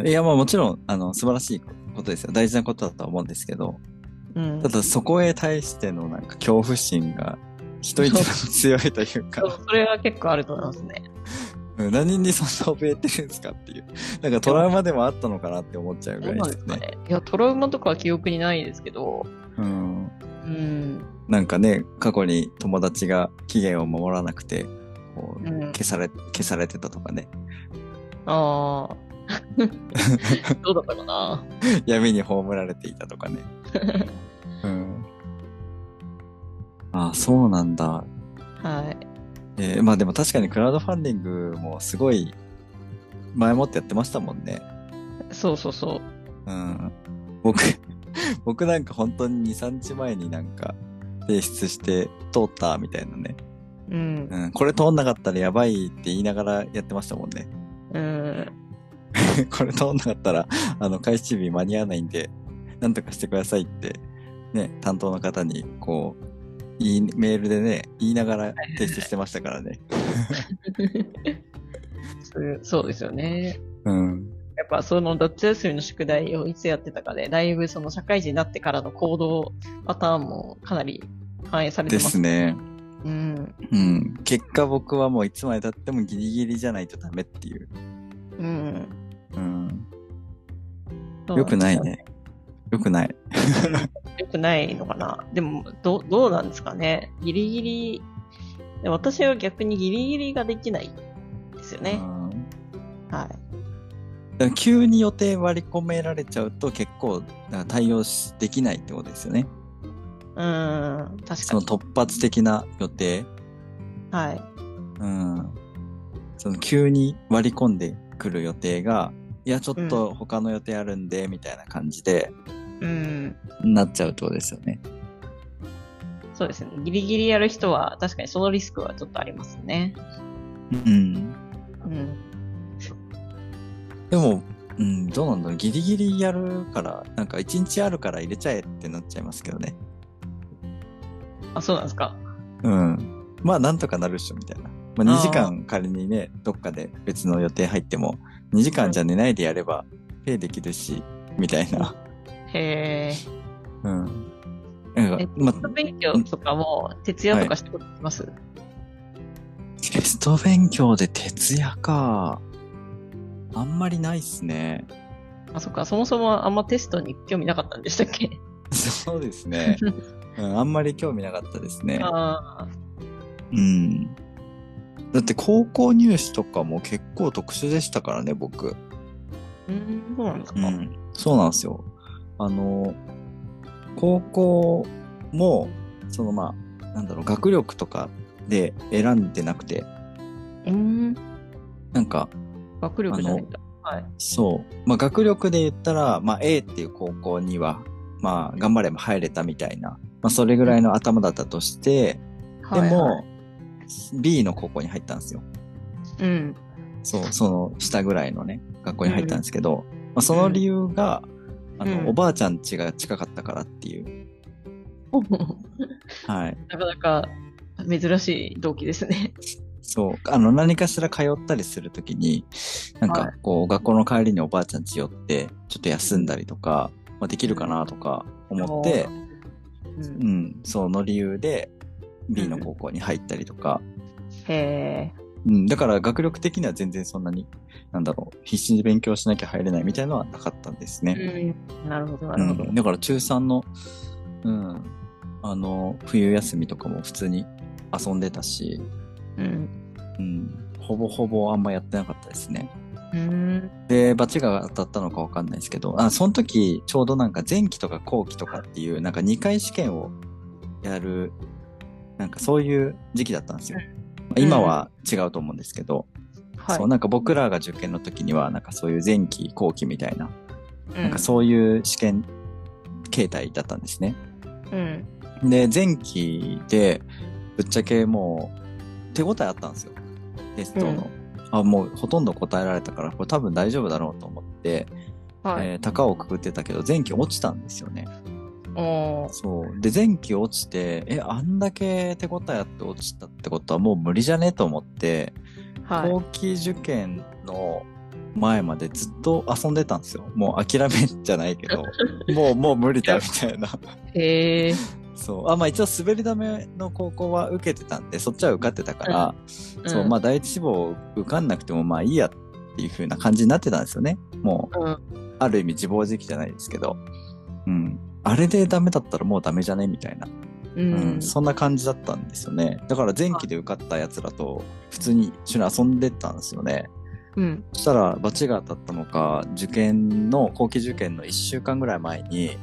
Speaker 2: え。いや、まあもちろん、あの、素晴らしいことですよ。大事なことだとは思うんですけど、
Speaker 1: うん
Speaker 2: た、だそこへ対してのなんか恐怖心が人一倍強いという
Speaker 1: そ
Speaker 2: か、
Speaker 1: うそれは結構あると思いますね。
Speaker 2: うん何にそんな怯えてるんですかっていう。なんかトラウマでもあったのかなって思っちゃうぐ
Speaker 1: ど
Speaker 2: ら
Speaker 1: う
Speaker 2: い
Speaker 1: なん
Speaker 2: で
Speaker 1: ですすか
Speaker 2: ね。
Speaker 1: ね。いや、トラウマとかは記憶にないですけど、
Speaker 2: うん。
Speaker 1: うん、
Speaker 2: なんかね、過去に友達が期限を守らなくて、こう
Speaker 1: うん、
Speaker 2: 消され、消されてたとかね。
Speaker 1: ああ、 どうだったかな。
Speaker 2: 闇に葬られていたとかね。うん。ああ、そうなんだ。
Speaker 1: はい。
Speaker 2: えーまあでも確かにクラウドファンディングもすごい前もってやってましたもんね。
Speaker 1: そうそうそう。
Speaker 2: うん。僕、 僕なんか本当に2、3日前になんか提出して通ったみたいなね。
Speaker 1: うん。
Speaker 2: うん。これ通んなかったらやばいって言いながらやってましたもんね。
Speaker 1: うん。
Speaker 2: これ通んなかったら、あの、開始日間に合わないんで、なんとかしてくださいって、ね、担当の方に、こう、いいメールでね、言いながら提出してましたからね。
Speaker 1: そうそうですよね。
Speaker 2: うん。
Speaker 1: やっぱその夏休みの宿題をいつやってたかで、だいぶその社会人になってからの行動パターンもかなり反映されて
Speaker 2: で
Speaker 1: ます
Speaker 2: すね。
Speaker 1: うん。
Speaker 2: うん。結果僕はもういつまで経ってもギリギリじゃないとダメっていう。
Speaker 1: うん。
Speaker 2: うん。
Speaker 1: そう
Speaker 2: よくない
Speaker 1: んです
Speaker 2: ね。よくない。
Speaker 1: よ。よくないのかな。でも、どう、どうなんですかね。ギリギリ、私は逆にギリギリができないですよね。
Speaker 2: うん
Speaker 1: はい。
Speaker 2: だから急に予定割り込められちゃうと結構あ対応しできないってことですよね。
Speaker 1: うん。確か
Speaker 2: その
Speaker 1: に。
Speaker 2: 突発的な予定。
Speaker 1: はい。
Speaker 2: うん。その急に割り込んでくる予定が、いや、ちょっと他の予定あるんで、みたいな感じで、
Speaker 1: うん。
Speaker 2: なっちゃうってことですよね。
Speaker 1: そうですね。ギリギリやる人は、確かにそのリスクはちょっとありますね。
Speaker 2: うん。
Speaker 1: うん。
Speaker 2: でも、うん、どうなんだろう。ギリギリやるから、なんか一日あるから入れちゃえってなっちゃいますけどね。
Speaker 1: あ、そうなんですか。
Speaker 2: うん。まあ、なんとかなるっしょ、みたいな。まあ、2時間仮にね、どっかで別の予定入っても、2時間じゃ寝ないでやれば、ペイできるし、みたいな。
Speaker 1: へえ。
Speaker 2: うん。なん
Speaker 1: え
Speaker 2: か、まあ
Speaker 1: テスト勉強とかも、徹夜とかしてことできます、
Speaker 2: テスト勉強で徹夜か。あんまりないっすね。
Speaker 1: あ、そっか。そもそもあんまテストに興味なかったんでしたっけ
Speaker 2: そうです ね。うん、あんまり興味なかったですね。
Speaker 1: ああ。
Speaker 2: うん。だって高校入試とかも結構特殊でしたからね、僕。
Speaker 1: うん、そうなんです
Speaker 2: う
Speaker 1: か。
Speaker 2: ん。そうなんですよ。あの、高校も、そのまあ、なんだろう、学力とかで選んでなくて、
Speaker 1: うん。
Speaker 2: なんか、
Speaker 1: 学力じゃないんだ。はい。
Speaker 2: そう。まあ、学力で言ったら、まあ、A っていう高校には、まあ、頑張れば入れたみたいな、まあ、それぐらいの頭だったとして、で
Speaker 1: はい
Speaker 2: も、
Speaker 1: はい
Speaker 2: B の高校に入ったんですよ。
Speaker 1: うん。
Speaker 2: そう、その下ぐらいのね、学校に入ったんですけど、まあ、その理由が、あの、
Speaker 1: うん
Speaker 2: おばあちゃん家が近かったからっていう。 はい。
Speaker 1: なかなか珍しい動機ですね。
Speaker 2: そう。あの、何かしら通ったりするときに、なん
Speaker 1: は
Speaker 2: か、こう、学校の帰りにおばあちゃん家寄って、ちょっと休んだりとか、まあ、できるかなとか思って、
Speaker 1: う、
Speaker 2: うんん、その理由で B の高校に入ったりとか、
Speaker 1: へえ。
Speaker 2: うん、だから学力的には全然そんなに、なんだろう、必死に勉強しなきゃ入れないみたいなのはなかったんですね。
Speaker 1: うん。なるほど、な
Speaker 2: う
Speaker 1: るほど。
Speaker 2: ん、だから中3の、うん、あの、冬休みとかも普通に遊んでたし、
Speaker 1: うん。
Speaker 2: うん、ほぼほぼあんまやってなかったですね。
Speaker 1: うん。
Speaker 2: で、バチが当たったのかわかんないですけど、あ、その時、ちょうどなんか前期とか後期とかっていう、なんか2回試験をやる、なんかそういう時期だったんですよ。まあ今は違うと思うんですけど、
Speaker 1: はい。
Speaker 2: そう、なんか僕らが受験の時には、なんかそういう前期後期みたいな、
Speaker 1: うん
Speaker 2: なんかそういう試験形態だったんですね。
Speaker 1: うん。
Speaker 2: で、前期で、ぶっちゃけもう、手応えあったんですよ。テストの。
Speaker 1: うん
Speaker 2: あ、もうほとんど答えられたから、これ多分大丈夫だろうと思って、
Speaker 1: はい。
Speaker 2: えー高をくぐってたけど前期落ちたんですよね。
Speaker 1: おー
Speaker 2: そうで前期落ちてえあんだけ手応えあって落ちたってことはもう無理じゃねと思って、
Speaker 1: はい。
Speaker 2: 後期受験の前までずっと遊んでたんですよもう諦めじゃない けどもうもう無理だみたいな
Speaker 1: へえ。
Speaker 2: そうあまあ一応滑り止めの高校は受けてたんでそっちは受かってたから、そうまあ第一志望受かんなくてもまあいいやっていう風な感じになってたんですよねもう、
Speaker 1: うん
Speaker 2: ある意味自暴自棄じゃないですけどうんあれでダメだったらもうダメじゃねみたいな、
Speaker 1: う
Speaker 2: うん
Speaker 1: ん。
Speaker 2: そんな感じだったんですよねだから前期で受かったやつらと普通に一緒に遊んでったんですよね
Speaker 1: うん。
Speaker 2: そしたらバチが当たったのか受験の後期受験の1週間ぐらい前に、
Speaker 1: うん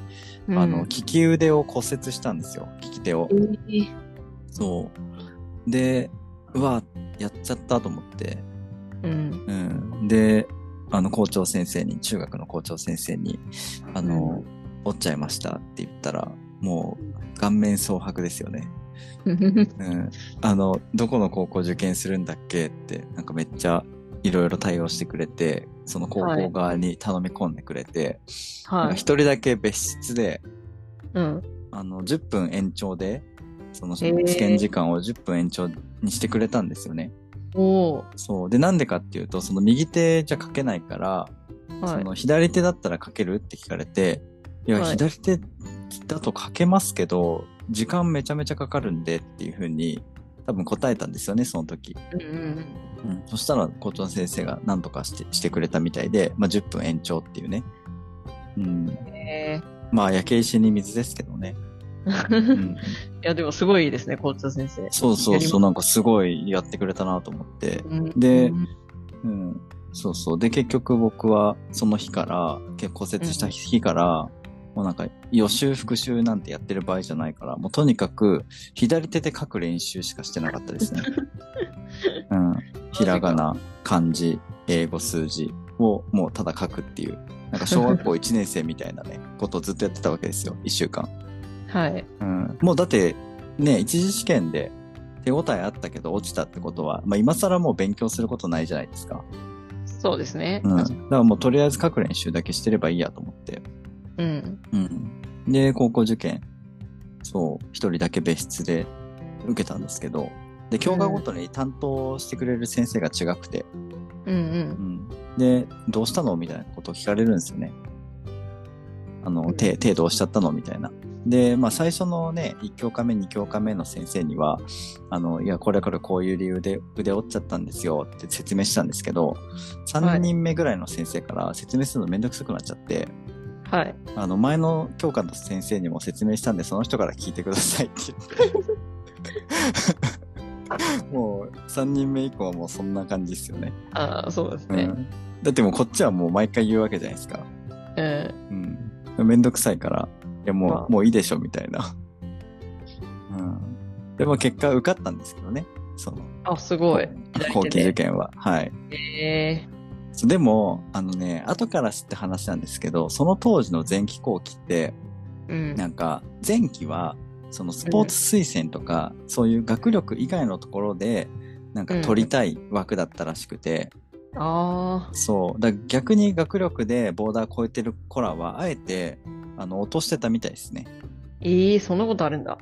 Speaker 2: あの利き腕を骨折したんですよ利き手を
Speaker 1: えー
Speaker 2: そう。で、うわ、やっちゃったと思って。
Speaker 1: うん。
Speaker 2: うん。で、あの、校長先生に、中学の校長先生に、あの、折っちゃいましたって言ったら、もう、顔面蒼白ですよね。うん。あの、どこの高校受験するんだっけって、なんかめっちゃ、いろいろ対応してくれて、その高校側に頼み込んでくれて、なん
Speaker 1: は
Speaker 2: か
Speaker 1: い。
Speaker 2: 一人だけ別室で、
Speaker 1: うん。
Speaker 2: あの、10分延長で、その
Speaker 1: へ
Speaker 2: 試
Speaker 1: ー
Speaker 2: 験時間を10分延長にしてくれたんですよね。
Speaker 1: おー
Speaker 2: そう。で、なんでかっていうと、その右手じゃ書けないから、そ
Speaker 1: はい。
Speaker 2: の左手だったら書けるって聞かれて、いや、
Speaker 1: はい
Speaker 2: 左手だと書けますけど、時間めちゃめちゃかかるんでっていうふうに、多分答えたんですよね、その時。
Speaker 1: うんうん
Speaker 2: うん。そしたら、校長先生が何とかしてしてくれたみたいで、まあ、10分延長っていうね。うん。
Speaker 1: うん。へ
Speaker 2: まあ、焼け石に水ですけど ね。う
Speaker 1: ーい
Speaker 2: ん。
Speaker 1: や、でもすごいですね、校長先生。
Speaker 2: そうそうそう、なんかすごいやってくれたなと思って。で
Speaker 1: うん
Speaker 2: うん。そうそう。で、結局僕はその日から、結構骨折した日から、もうなんか予習復習なんてやってる場合じゃないから、もうとにかく左手で書く練習しかしてなかった ですね。うん。ひらがな、漢字、英語、数字をもうただ書くっていう、なんか小学 校1年生みたいなね、ことをずっとやってたわけですよ。1週間。
Speaker 1: はい。
Speaker 2: うん、もうだってね一次試験で手応えあったけど落ちたってことは、まあ、今更もう勉強することないじゃないですか、
Speaker 1: そうですね。
Speaker 2: うん、だからもうとりあえず書く練習だけしてればいいやと思って、
Speaker 1: うん。
Speaker 2: うん、で高校受験そう一人だけ別室で受けたんですけどで教科ごとに担当してくれる先生が違くて、
Speaker 1: うんう。
Speaker 2: うんん、でどうしたのみたいなことを聞かれるんですよねあ
Speaker 1: う
Speaker 2: の
Speaker 1: ん
Speaker 2: 手手どうしちゃったのみたいなで、まあ、最初のね、1教科目、2教科目の先生には、あの、いや、これからこういう理由で腕折っちゃったんですよって説明したんですけど、
Speaker 1: は
Speaker 2: 3
Speaker 1: い
Speaker 2: 人目ぐらいの先生から説明するのめんどくさくなっちゃって、
Speaker 1: はい。
Speaker 2: あの、前の教科の先生にも説明したんで、その人から聞いてくださいって 言って。もう、3人目以降はもうそんな感じですよね。
Speaker 1: ああ、そうです
Speaker 2: う
Speaker 1: ね。
Speaker 2: ん、だってもうこっちはもう毎回言うわけじゃないですか。
Speaker 1: うん。
Speaker 2: うん。めんどくさいから、いやもう、
Speaker 1: まあ
Speaker 2: もういいでしょ、みたいな。うん。でも結果受かったんですけどね。その、
Speaker 1: あ、すごい。
Speaker 2: 後期受験は。はい。
Speaker 1: え
Speaker 2: そうでも、あのね、後から知って話なんですけど、その当時の前期後期って、
Speaker 1: えうん。
Speaker 2: なんか、前期は、そのスポーツ推薦とか、そういう学力以外のところで、なんか取りたい枠だったらしくて、
Speaker 1: あ
Speaker 2: そう。だから逆に学力でボーダー超えてる子らは、あえて、あの、落としてたみたいですね。
Speaker 1: あ、ええそんなことあるんだ。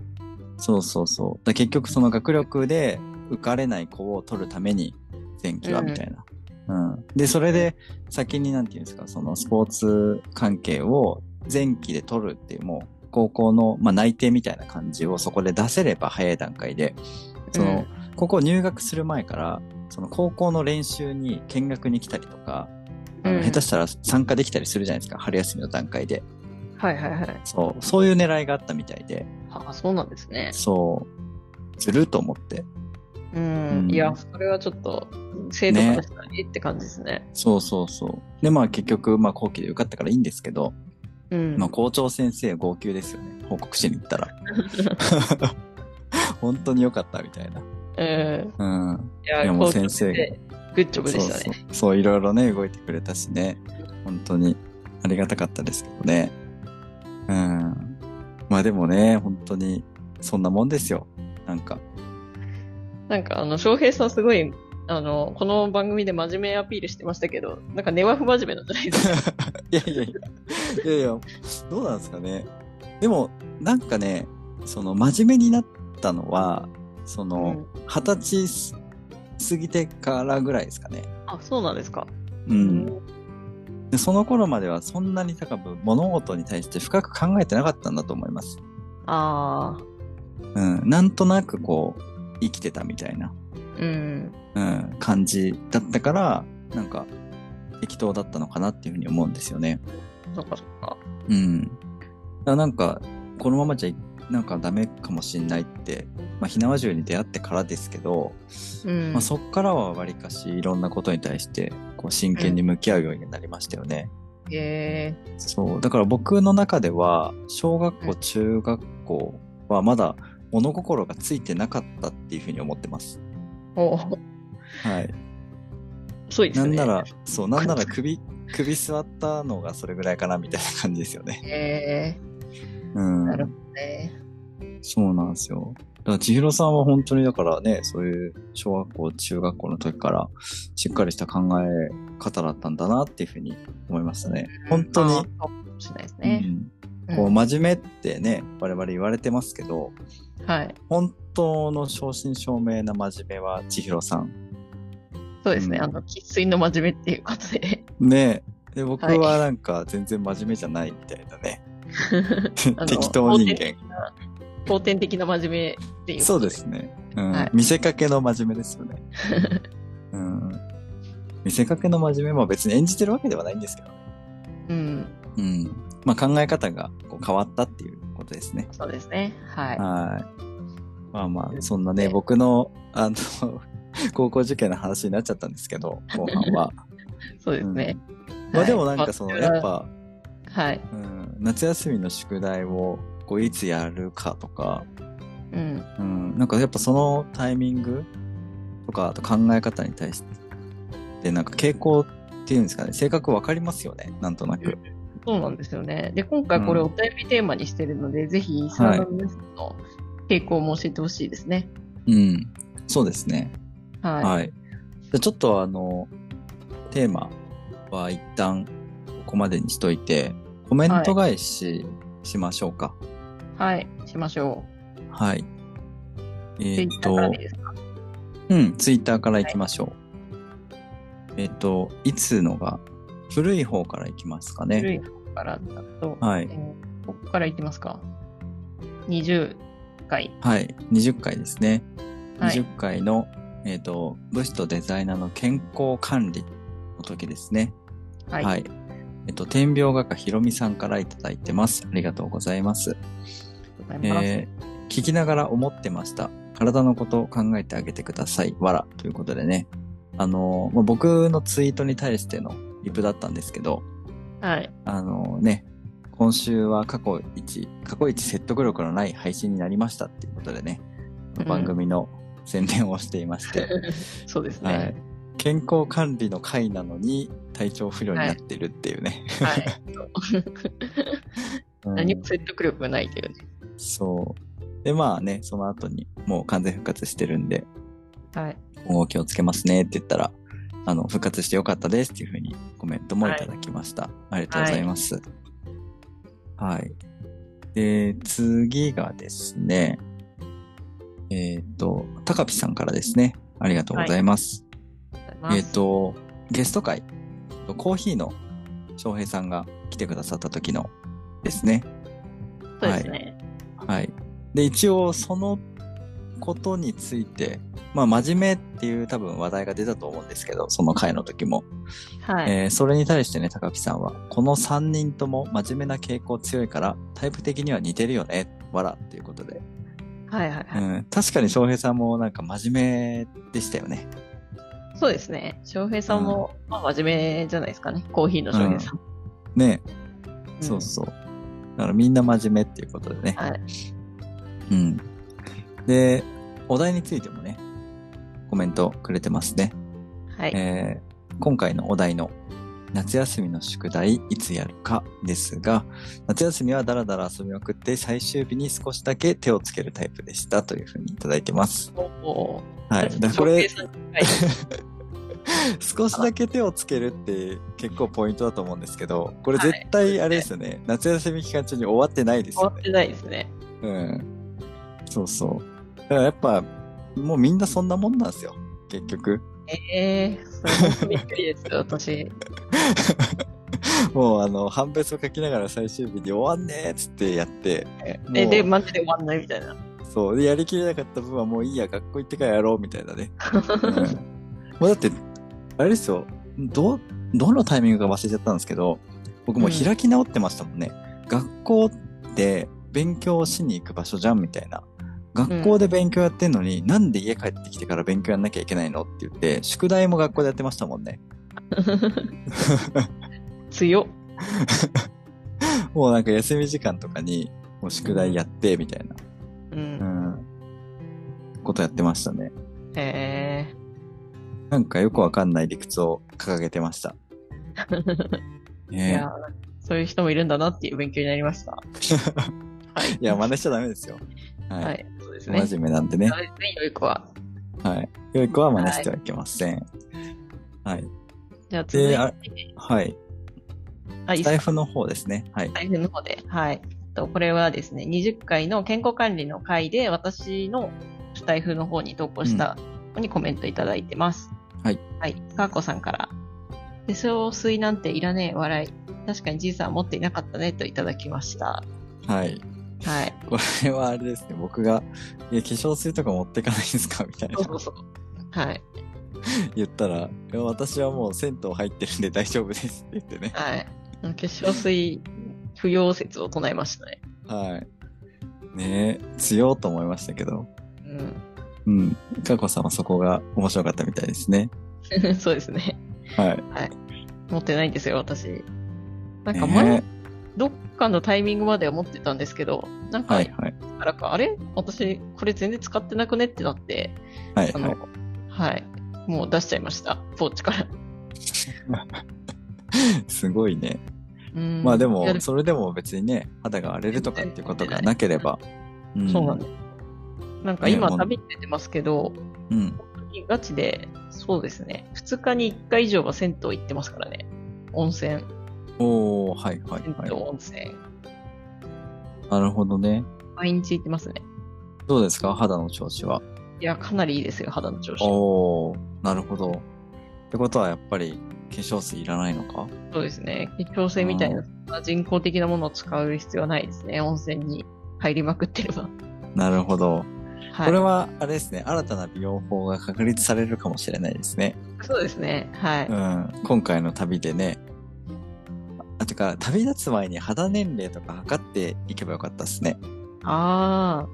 Speaker 2: そうそうそう。だ結局その学力で受かれない子を取るために前期は
Speaker 1: うん
Speaker 2: みたいな。うんで、それで先になんていうんですか、そのスポーツ関係を前期で取るっていうもう高校の、まあ、内定みたいな感じをそこで出せれば早い段階で、その、高校入学する前から、その高校の練習に見学に来たりとか、あの
Speaker 1: うん
Speaker 2: 下手したら参加できたりするじゃないですか、春休みの段階で。
Speaker 1: はいはいはい。
Speaker 2: そう、そういう狙いがあったみたいで、
Speaker 1: ああ、そうなんですね。
Speaker 2: そう、ずると思って。
Speaker 1: うん
Speaker 2: う。ん
Speaker 1: いや、それはちょっと、生徒からしたらえって感じですね。
Speaker 2: そうそうそう。で、まあ結局、まあ後期で受かったからいいんですけど、
Speaker 1: うん。
Speaker 2: まあ校長先生号泣ですよね。報告しに 行ったら。本当に良かったみたいな。
Speaker 1: うん。
Speaker 2: うん。
Speaker 1: いや
Speaker 2: いやもう先生。
Speaker 1: 校長グッジョブでしたね。
Speaker 2: そうそう。そう、いろいろね、動いてくれたしね。本当にありがたかったですけどね。うん。まあでもね、本当にそんなもんですよ。なんか。
Speaker 1: なんか、あの、翔平さんすごい、あの、この番組で真面目アピールしてましたけど、なんか根は不真面目なんじゃないですか。
Speaker 2: いやいやいや、いやいや、どうなんですかね。でもなんかねその真面目になったのはその二十歳過ぎてからぐらいですかね。
Speaker 1: あ、そうなんですか。
Speaker 2: う、。
Speaker 1: うん
Speaker 2: でその頃まではそんなに高く物事に対して深く考えてなかったんだと思います。
Speaker 1: あ
Speaker 2: うん、なんとなくこう生きてたみたいな、
Speaker 1: あ、うん。
Speaker 2: うん、感じだったからなんか適当だったのかなっていうふうに思うんですよね。
Speaker 1: そっかそっか。
Speaker 2: うん。だからなんか、このままじゃい、なんかダメかもしんないって、まあ、ひなわ銃に出会ってからですけど、
Speaker 1: うん。
Speaker 2: まあ、そっからはわりかし、いろんなことに対して、こう、真剣に向き合うようになりましたよね。
Speaker 1: へえ。
Speaker 2: そう。だから僕の中では、小学
Speaker 1: う
Speaker 2: 校、中学校はまだ物心がついてなかったっていうふうに思ってます。
Speaker 1: おー
Speaker 2: はい。
Speaker 1: 遅いです
Speaker 2: な
Speaker 1: ね。
Speaker 2: んなら、そう、なんな ら首、首座ったのがそれぐらいかなみたいな感じですよね。
Speaker 1: へえ。
Speaker 2: うん。
Speaker 1: なるほどね。
Speaker 2: そうなんですよ。だから千尋さんは本当にだからね、そういう小学校、中学校の時からしっかりした考え方だったんだなっていうふうに思いましたね。本当
Speaker 1: まあ
Speaker 2: に
Speaker 1: そ、うかもしれないですね。
Speaker 2: うん、
Speaker 1: ん
Speaker 2: こう真面目ってね、我々言われてますけど、
Speaker 1: はい。
Speaker 2: 本当の正真正銘な真面目は千尋さん。
Speaker 1: そうですね。
Speaker 2: うん
Speaker 1: あの、生粋の真面目っていうこと で。
Speaker 2: ねで、僕
Speaker 1: はい
Speaker 2: はなんか全然真面目じゃないみたいなね。
Speaker 1: あの
Speaker 2: 適当人間。
Speaker 1: 後天的な真面目っていうこと
Speaker 2: そうで。すね、うん
Speaker 1: はい
Speaker 2: 見せかけの真面目ですよ ね、うん。見せかけの真面目も別に演じてるわけではないんですけど、ね
Speaker 1: うん。
Speaker 2: うんまあ、考え方がこう変わったっていうことですね。
Speaker 1: そうですね。はい。
Speaker 2: はいまあま
Speaker 1: う
Speaker 2: あ
Speaker 1: ん
Speaker 2: そんなね
Speaker 1: で
Speaker 2: 僕のあの 高校受験の話になっちゃったんですけど後半は。
Speaker 1: そうですね。
Speaker 2: まあ
Speaker 1: はい
Speaker 2: でもなんかそのやっぱ、
Speaker 1: はい。
Speaker 2: うん、夏休みの宿題をこういつやるかとか、
Speaker 1: うん。
Speaker 2: うん、なんかやっぱそのタイミングとかあと考え方に対してなんか傾向っていうんですかね性格わかりますよねなんとなく、
Speaker 1: そうなんですよね。で、今回これ
Speaker 2: うん
Speaker 1: お便りテーマにしてるので、ぜひ、リスナーの皆さんの傾向も教えてほしいですね。
Speaker 2: うん、そうですねはい、
Speaker 1: は
Speaker 2: じゃあちょっとあのテーマは一旦ここまでにしといてコメント返ししましょうか
Speaker 1: い。はい。しましょ
Speaker 2: はい、
Speaker 1: う。
Speaker 2: え
Speaker 1: ツイ
Speaker 2: っ
Speaker 1: ッター
Speaker 2: と
Speaker 1: からでいいですか
Speaker 2: うん、ツイッターから行きましょう。えっと、いつのが、古い方から行きますか
Speaker 1: 古
Speaker 2: ね。
Speaker 1: い方からだと、
Speaker 2: はい
Speaker 1: えーここからいきますか。20回。
Speaker 2: はい、20回ですね。
Speaker 1: はい。
Speaker 2: 20回の、えっと、武士とデザイナーの健康管理の時ですね。
Speaker 1: はい。
Speaker 2: えっと、天病画家ひろみさんからいただいてます。ありがとうございます。
Speaker 1: ありがとうございます。
Speaker 2: えー聞きながら思ってました。体のことを考えてあげてください。わら。ということでね。あのーまあ僕のツイートに対してのリプだったんですけど、
Speaker 1: はい。
Speaker 2: あのね、今週は過去一、過去一説得力のない配信になりましたっていうことでね、
Speaker 1: うん
Speaker 2: 番組の宣伝をしていまして、
Speaker 1: そうです
Speaker 2: は
Speaker 1: ね
Speaker 2: い。、健康管理の回なのに体調不良になってるっていうね。
Speaker 1: はい。
Speaker 2: うん
Speaker 1: 何も説得力がないというね。
Speaker 2: そう。で、まあね、その後にもう完全復活してるんで、
Speaker 1: はい。
Speaker 2: 今後気をつけますねって言ったら、あの、復活してよかったですっていうふうにコメントもいただきました。ありがとうございます。はい。で、次がですね、えっ、と、高ピさんからですね。ありがとうございます。
Speaker 1: ありがとうござい
Speaker 2: え
Speaker 1: ま
Speaker 2: っ、
Speaker 1: す
Speaker 2: と、ゲスト会、コーヒーの翔平さんが来てくださった時のですね。
Speaker 1: そうですね。
Speaker 2: はい。で、一応そのことについて、まあ真面目っていう多分話題が出たと思うんですけど、その回の時も。
Speaker 1: はい。
Speaker 2: えーそれに対してね、高木さんは、この3人とも真面目な傾向強いから、タイプ的には似てるよね、わらっていうことで。
Speaker 1: はいはいは
Speaker 2: う
Speaker 1: い。
Speaker 2: ん、確かに翔平さんもなんか真面目でしたよね。
Speaker 1: そうですね。翔平さんも、まあ、真面目じゃないですかね。コーヒーの翔平さん。
Speaker 2: ね、
Speaker 1: ん
Speaker 2: そうそう。だからみんな真面目っていうことでね。
Speaker 1: はい
Speaker 2: うん。で、お題についてもね、コメントくれてますね。
Speaker 1: はい。
Speaker 2: えー今回のお題の夏休みの宿題いつやるかですが、夏休みはだらだら遊びまくって最終日に少しだけ手をつけるタイプでしたというふうにいただいてます。
Speaker 1: おお
Speaker 2: はい。だからこれ、
Speaker 1: 翔平さんに近い
Speaker 2: 少しだけ手をつけるって結構ポイントだと思うんですけど、これ絶対あれですよね。夏休み期間中に終わってないです
Speaker 1: 終
Speaker 2: よ
Speaker 1: わっ
Speaker 2: ね。
Speaker 1: てないですね。
Speaker 2: うん。そうそう。だからやっぱ、もうみんなそんなもんなんですよ。結局。
Speaker 1: ええー、それ本当びっくりですよ、私。
Speaker 2: もうあの、判別を書きながら最終日に終わんねーっつってやって。
Speaker 1: え、
Speaker 2: もう
Speaker 1: で、マジで終わんないみたいな。
Speaker 2: そう。で、やりきれなかった分はもういいや、学校行ってからやろうみたいなね。うん、もうだって、あれですよ。ど、どのタイミングか忘れちゃったんですけど、僕もう開き直ってましたもんね。学校って勉強しに行く場所じゃんみたいな。学校で勉強やってんのに、なんで家帰ってきてから勉強やんなきゃいけないのって言って、宿題も学校でやってましたもんね。
Speaker 1: 強っ。
Speaker 2: もうなんか休み時間とかに、もう宿題やって、みたいな、
Speaker 1: う。
Speaker 2: うんん、ことやってましたね。
Speaker 1: へえ
Speaker 2: なんかよくわかんない理屈を掲げてま した。
Speaker 1: ー。い
Speaker 2: ね
Speaker 1: や、そういう人もいるんだなっていう勉強になりました。はい。
Speaker 2: いや、真似しちゃダメですよ。はい。
Speaker 1: はい。そうです
Speaker 2: 真
Speaker 1: ね。
Speaker 2: 面目なんでね。
Speaker 1: はいはい良い子は。
Speaker 2: はい。良い子は真似してはいけません。はい。
Speaker 1: じゃあ続いて、
Speaker 2: で
Speaker 1: あ
Speaker 2: あ、はい。
Speaker 1: いいっ
Speaker 2: ス
Speaker 1: す
Speaker 2: タイ
Speaker 1: か
Speaker 2: フの方ですね。はい。
Speaker 1: 財布の方で、はい。えっとこれはですね、20回の健康管理の回で、私のスタイフの方に投稿したのにコメントいただいてます。
Speaker 2: はい。
Speaker 1: はい。かーこさんから、化粧水なんていらねえ笑い。確かにじいさんは持っていなかったねといただきました。
Speaker 2: はい。
Speaker 1: はい。
Speaker 2: これはあれですね。僕が、いや、化粧水とか持ってかないんですかみたいな
Speaker 1: そうそうそう。はい。
Speaker 2: 言ったら、いや私はもう銭湯入ってるんで 大丈夫ですって言ってね。
Speaker 1: はい。化粧水不要説を唱えましたね。
Speaker 2: はい。ねえ、強いと思いましたけど。
Speaker 1: う
Speaker 2: うん。かこさんはそこが面白かったみたいです
Speaker 1: ん。
Speaker 2: ね。
Speaker 1: そうですね。
Speaker 2: はい。
Speaker 1: 持ってないんですよ、私。なんか前、
Speaker 2: ね
Speaker 1: どっかのタイミングまでは持ってたんですけど、なん
Speaker 2: えは
Speaker 1: か
Speaker 2: いはい。
Speaker 1: からか、あれ私、これ全然使ってなくねってなって、
Speaker 2: はい
Speaker 1: あ
Speaker 2: は
Speaker 1: の
Speaker 2: い。、
Speaker 1: はい。もう出しちゃいました。ポーチから。
Speaker 2: すごいね。
Speaker 1: うん
Speaker 2: まあで
Speaker 1: いや
Speaker 2: も、それでも別にね、肌が荒れるとかっていうことがなければ。ん
Speaker 1: そうなんです。なんか
Speaker 2: いや
Speaker 1: 今
Speaker 2: もう
Speaker 1: 旅に出てますけど、
Speaker 2: うん。
Speaker 1: 本当にガチで、そうですね。2日に1回以上は銭湯行ってますからね。温泉、
Speaker 2: おー、はいはい
Speaker 1: 銭湯
Speaker 2: は
Speaker 1: 温泉。
Speaker 2: い。なるほどね。
Speaker 1: 毎日行ってますね。
Speaker 2: どうですか肌の調子は。
Speaker 1: いや、かなりいいですよ、肌の調子。そ
Speaker 2: おー、なるほど。ってことはやっぱり化粧水いらないのか
Speaker 1: うですね。強制みたいな、人工的なものを使う必要はないですね。温泉に入りまくってれば。
Speaker 2: なるほど。
Speaker 1: はい。
Speaker 2: これは、あれですね、新たな美容法が確立されるかもしれないですね。
Speaker 1: そうですね。はい。
Speaker 2: うん。今回の旅でね。あ、てか、旅立つ前に肌年齢とか測っていけばよかったですね。
Speaker 1: ああ、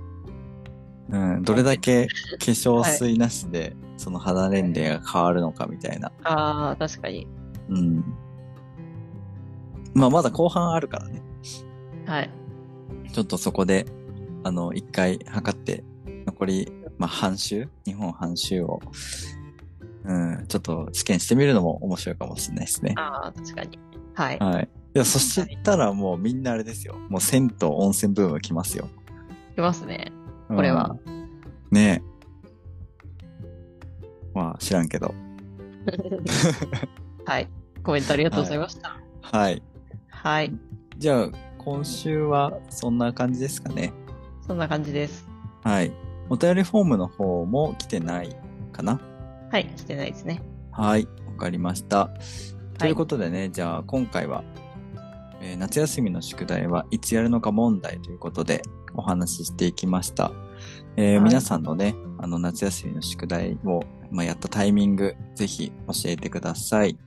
Speaker 2: うん、どれだけ化粧水なしで、その肌年齢が変わるのかみたいな。
Speaker 1: ああ、確かに。
Speaker 2: うん。まあ、まだ後半あるからね。
Speaker 1: はい。
Speaker 2: ちょっとそこで、あの、一回測って、残り、まあ、半周日本半周を、うん、ちょっと試験してみるのも面白いかもしれないですね。
Speaker 1: ああ、確かに。はい。
Speaker 2: はい。いや、そしたらもうみんなあれですよ。もう銭湯温泉ブーム来ますよ。
Speaker 1: いますね。
Speaker 2: うん
Speaker 1: これは。
Speaker 2: ねえ。まあ、知らんけど。
Speaker 1: はい。コメントありがとうございました。
Speaker 2: はい。
Speaker 1: はい。
Speaker 2: じゃあ、今週はそんな感じですかね。
Speaker 1: そんな感じです。
Speaker 2: はい。お便りフォームの方も来てないかな
Speaker 1: はい。してないですね。
Speaker 2: はい。わかりました。ということでね、じゃあ今回は、えー夏休みの宿題はいつやるのか問題ということでお話ししていきました。えー
Speaker 1: はい
Speaker 2: 皆さんのね、あの夏休みの宿題を、まあ、やったタイミング、ぜひ教えてください。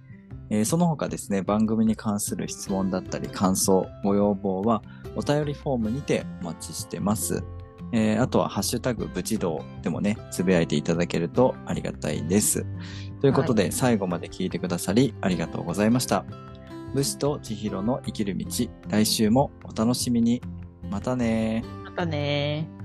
Speaker 2: えーその他ですね、番組に関する質問だったり感想、ご要望はお便りフォームにてお待ちしてます。えーあとは、ハッシュタグ、ブチ道でもね、つぶやいていただけるとありがたいです。ということで、最後まで聞いてくださり、ありがとうございました。武士と千尋の生きる道、来週もお楽しみに。またねー。
Speaker 1: またねー。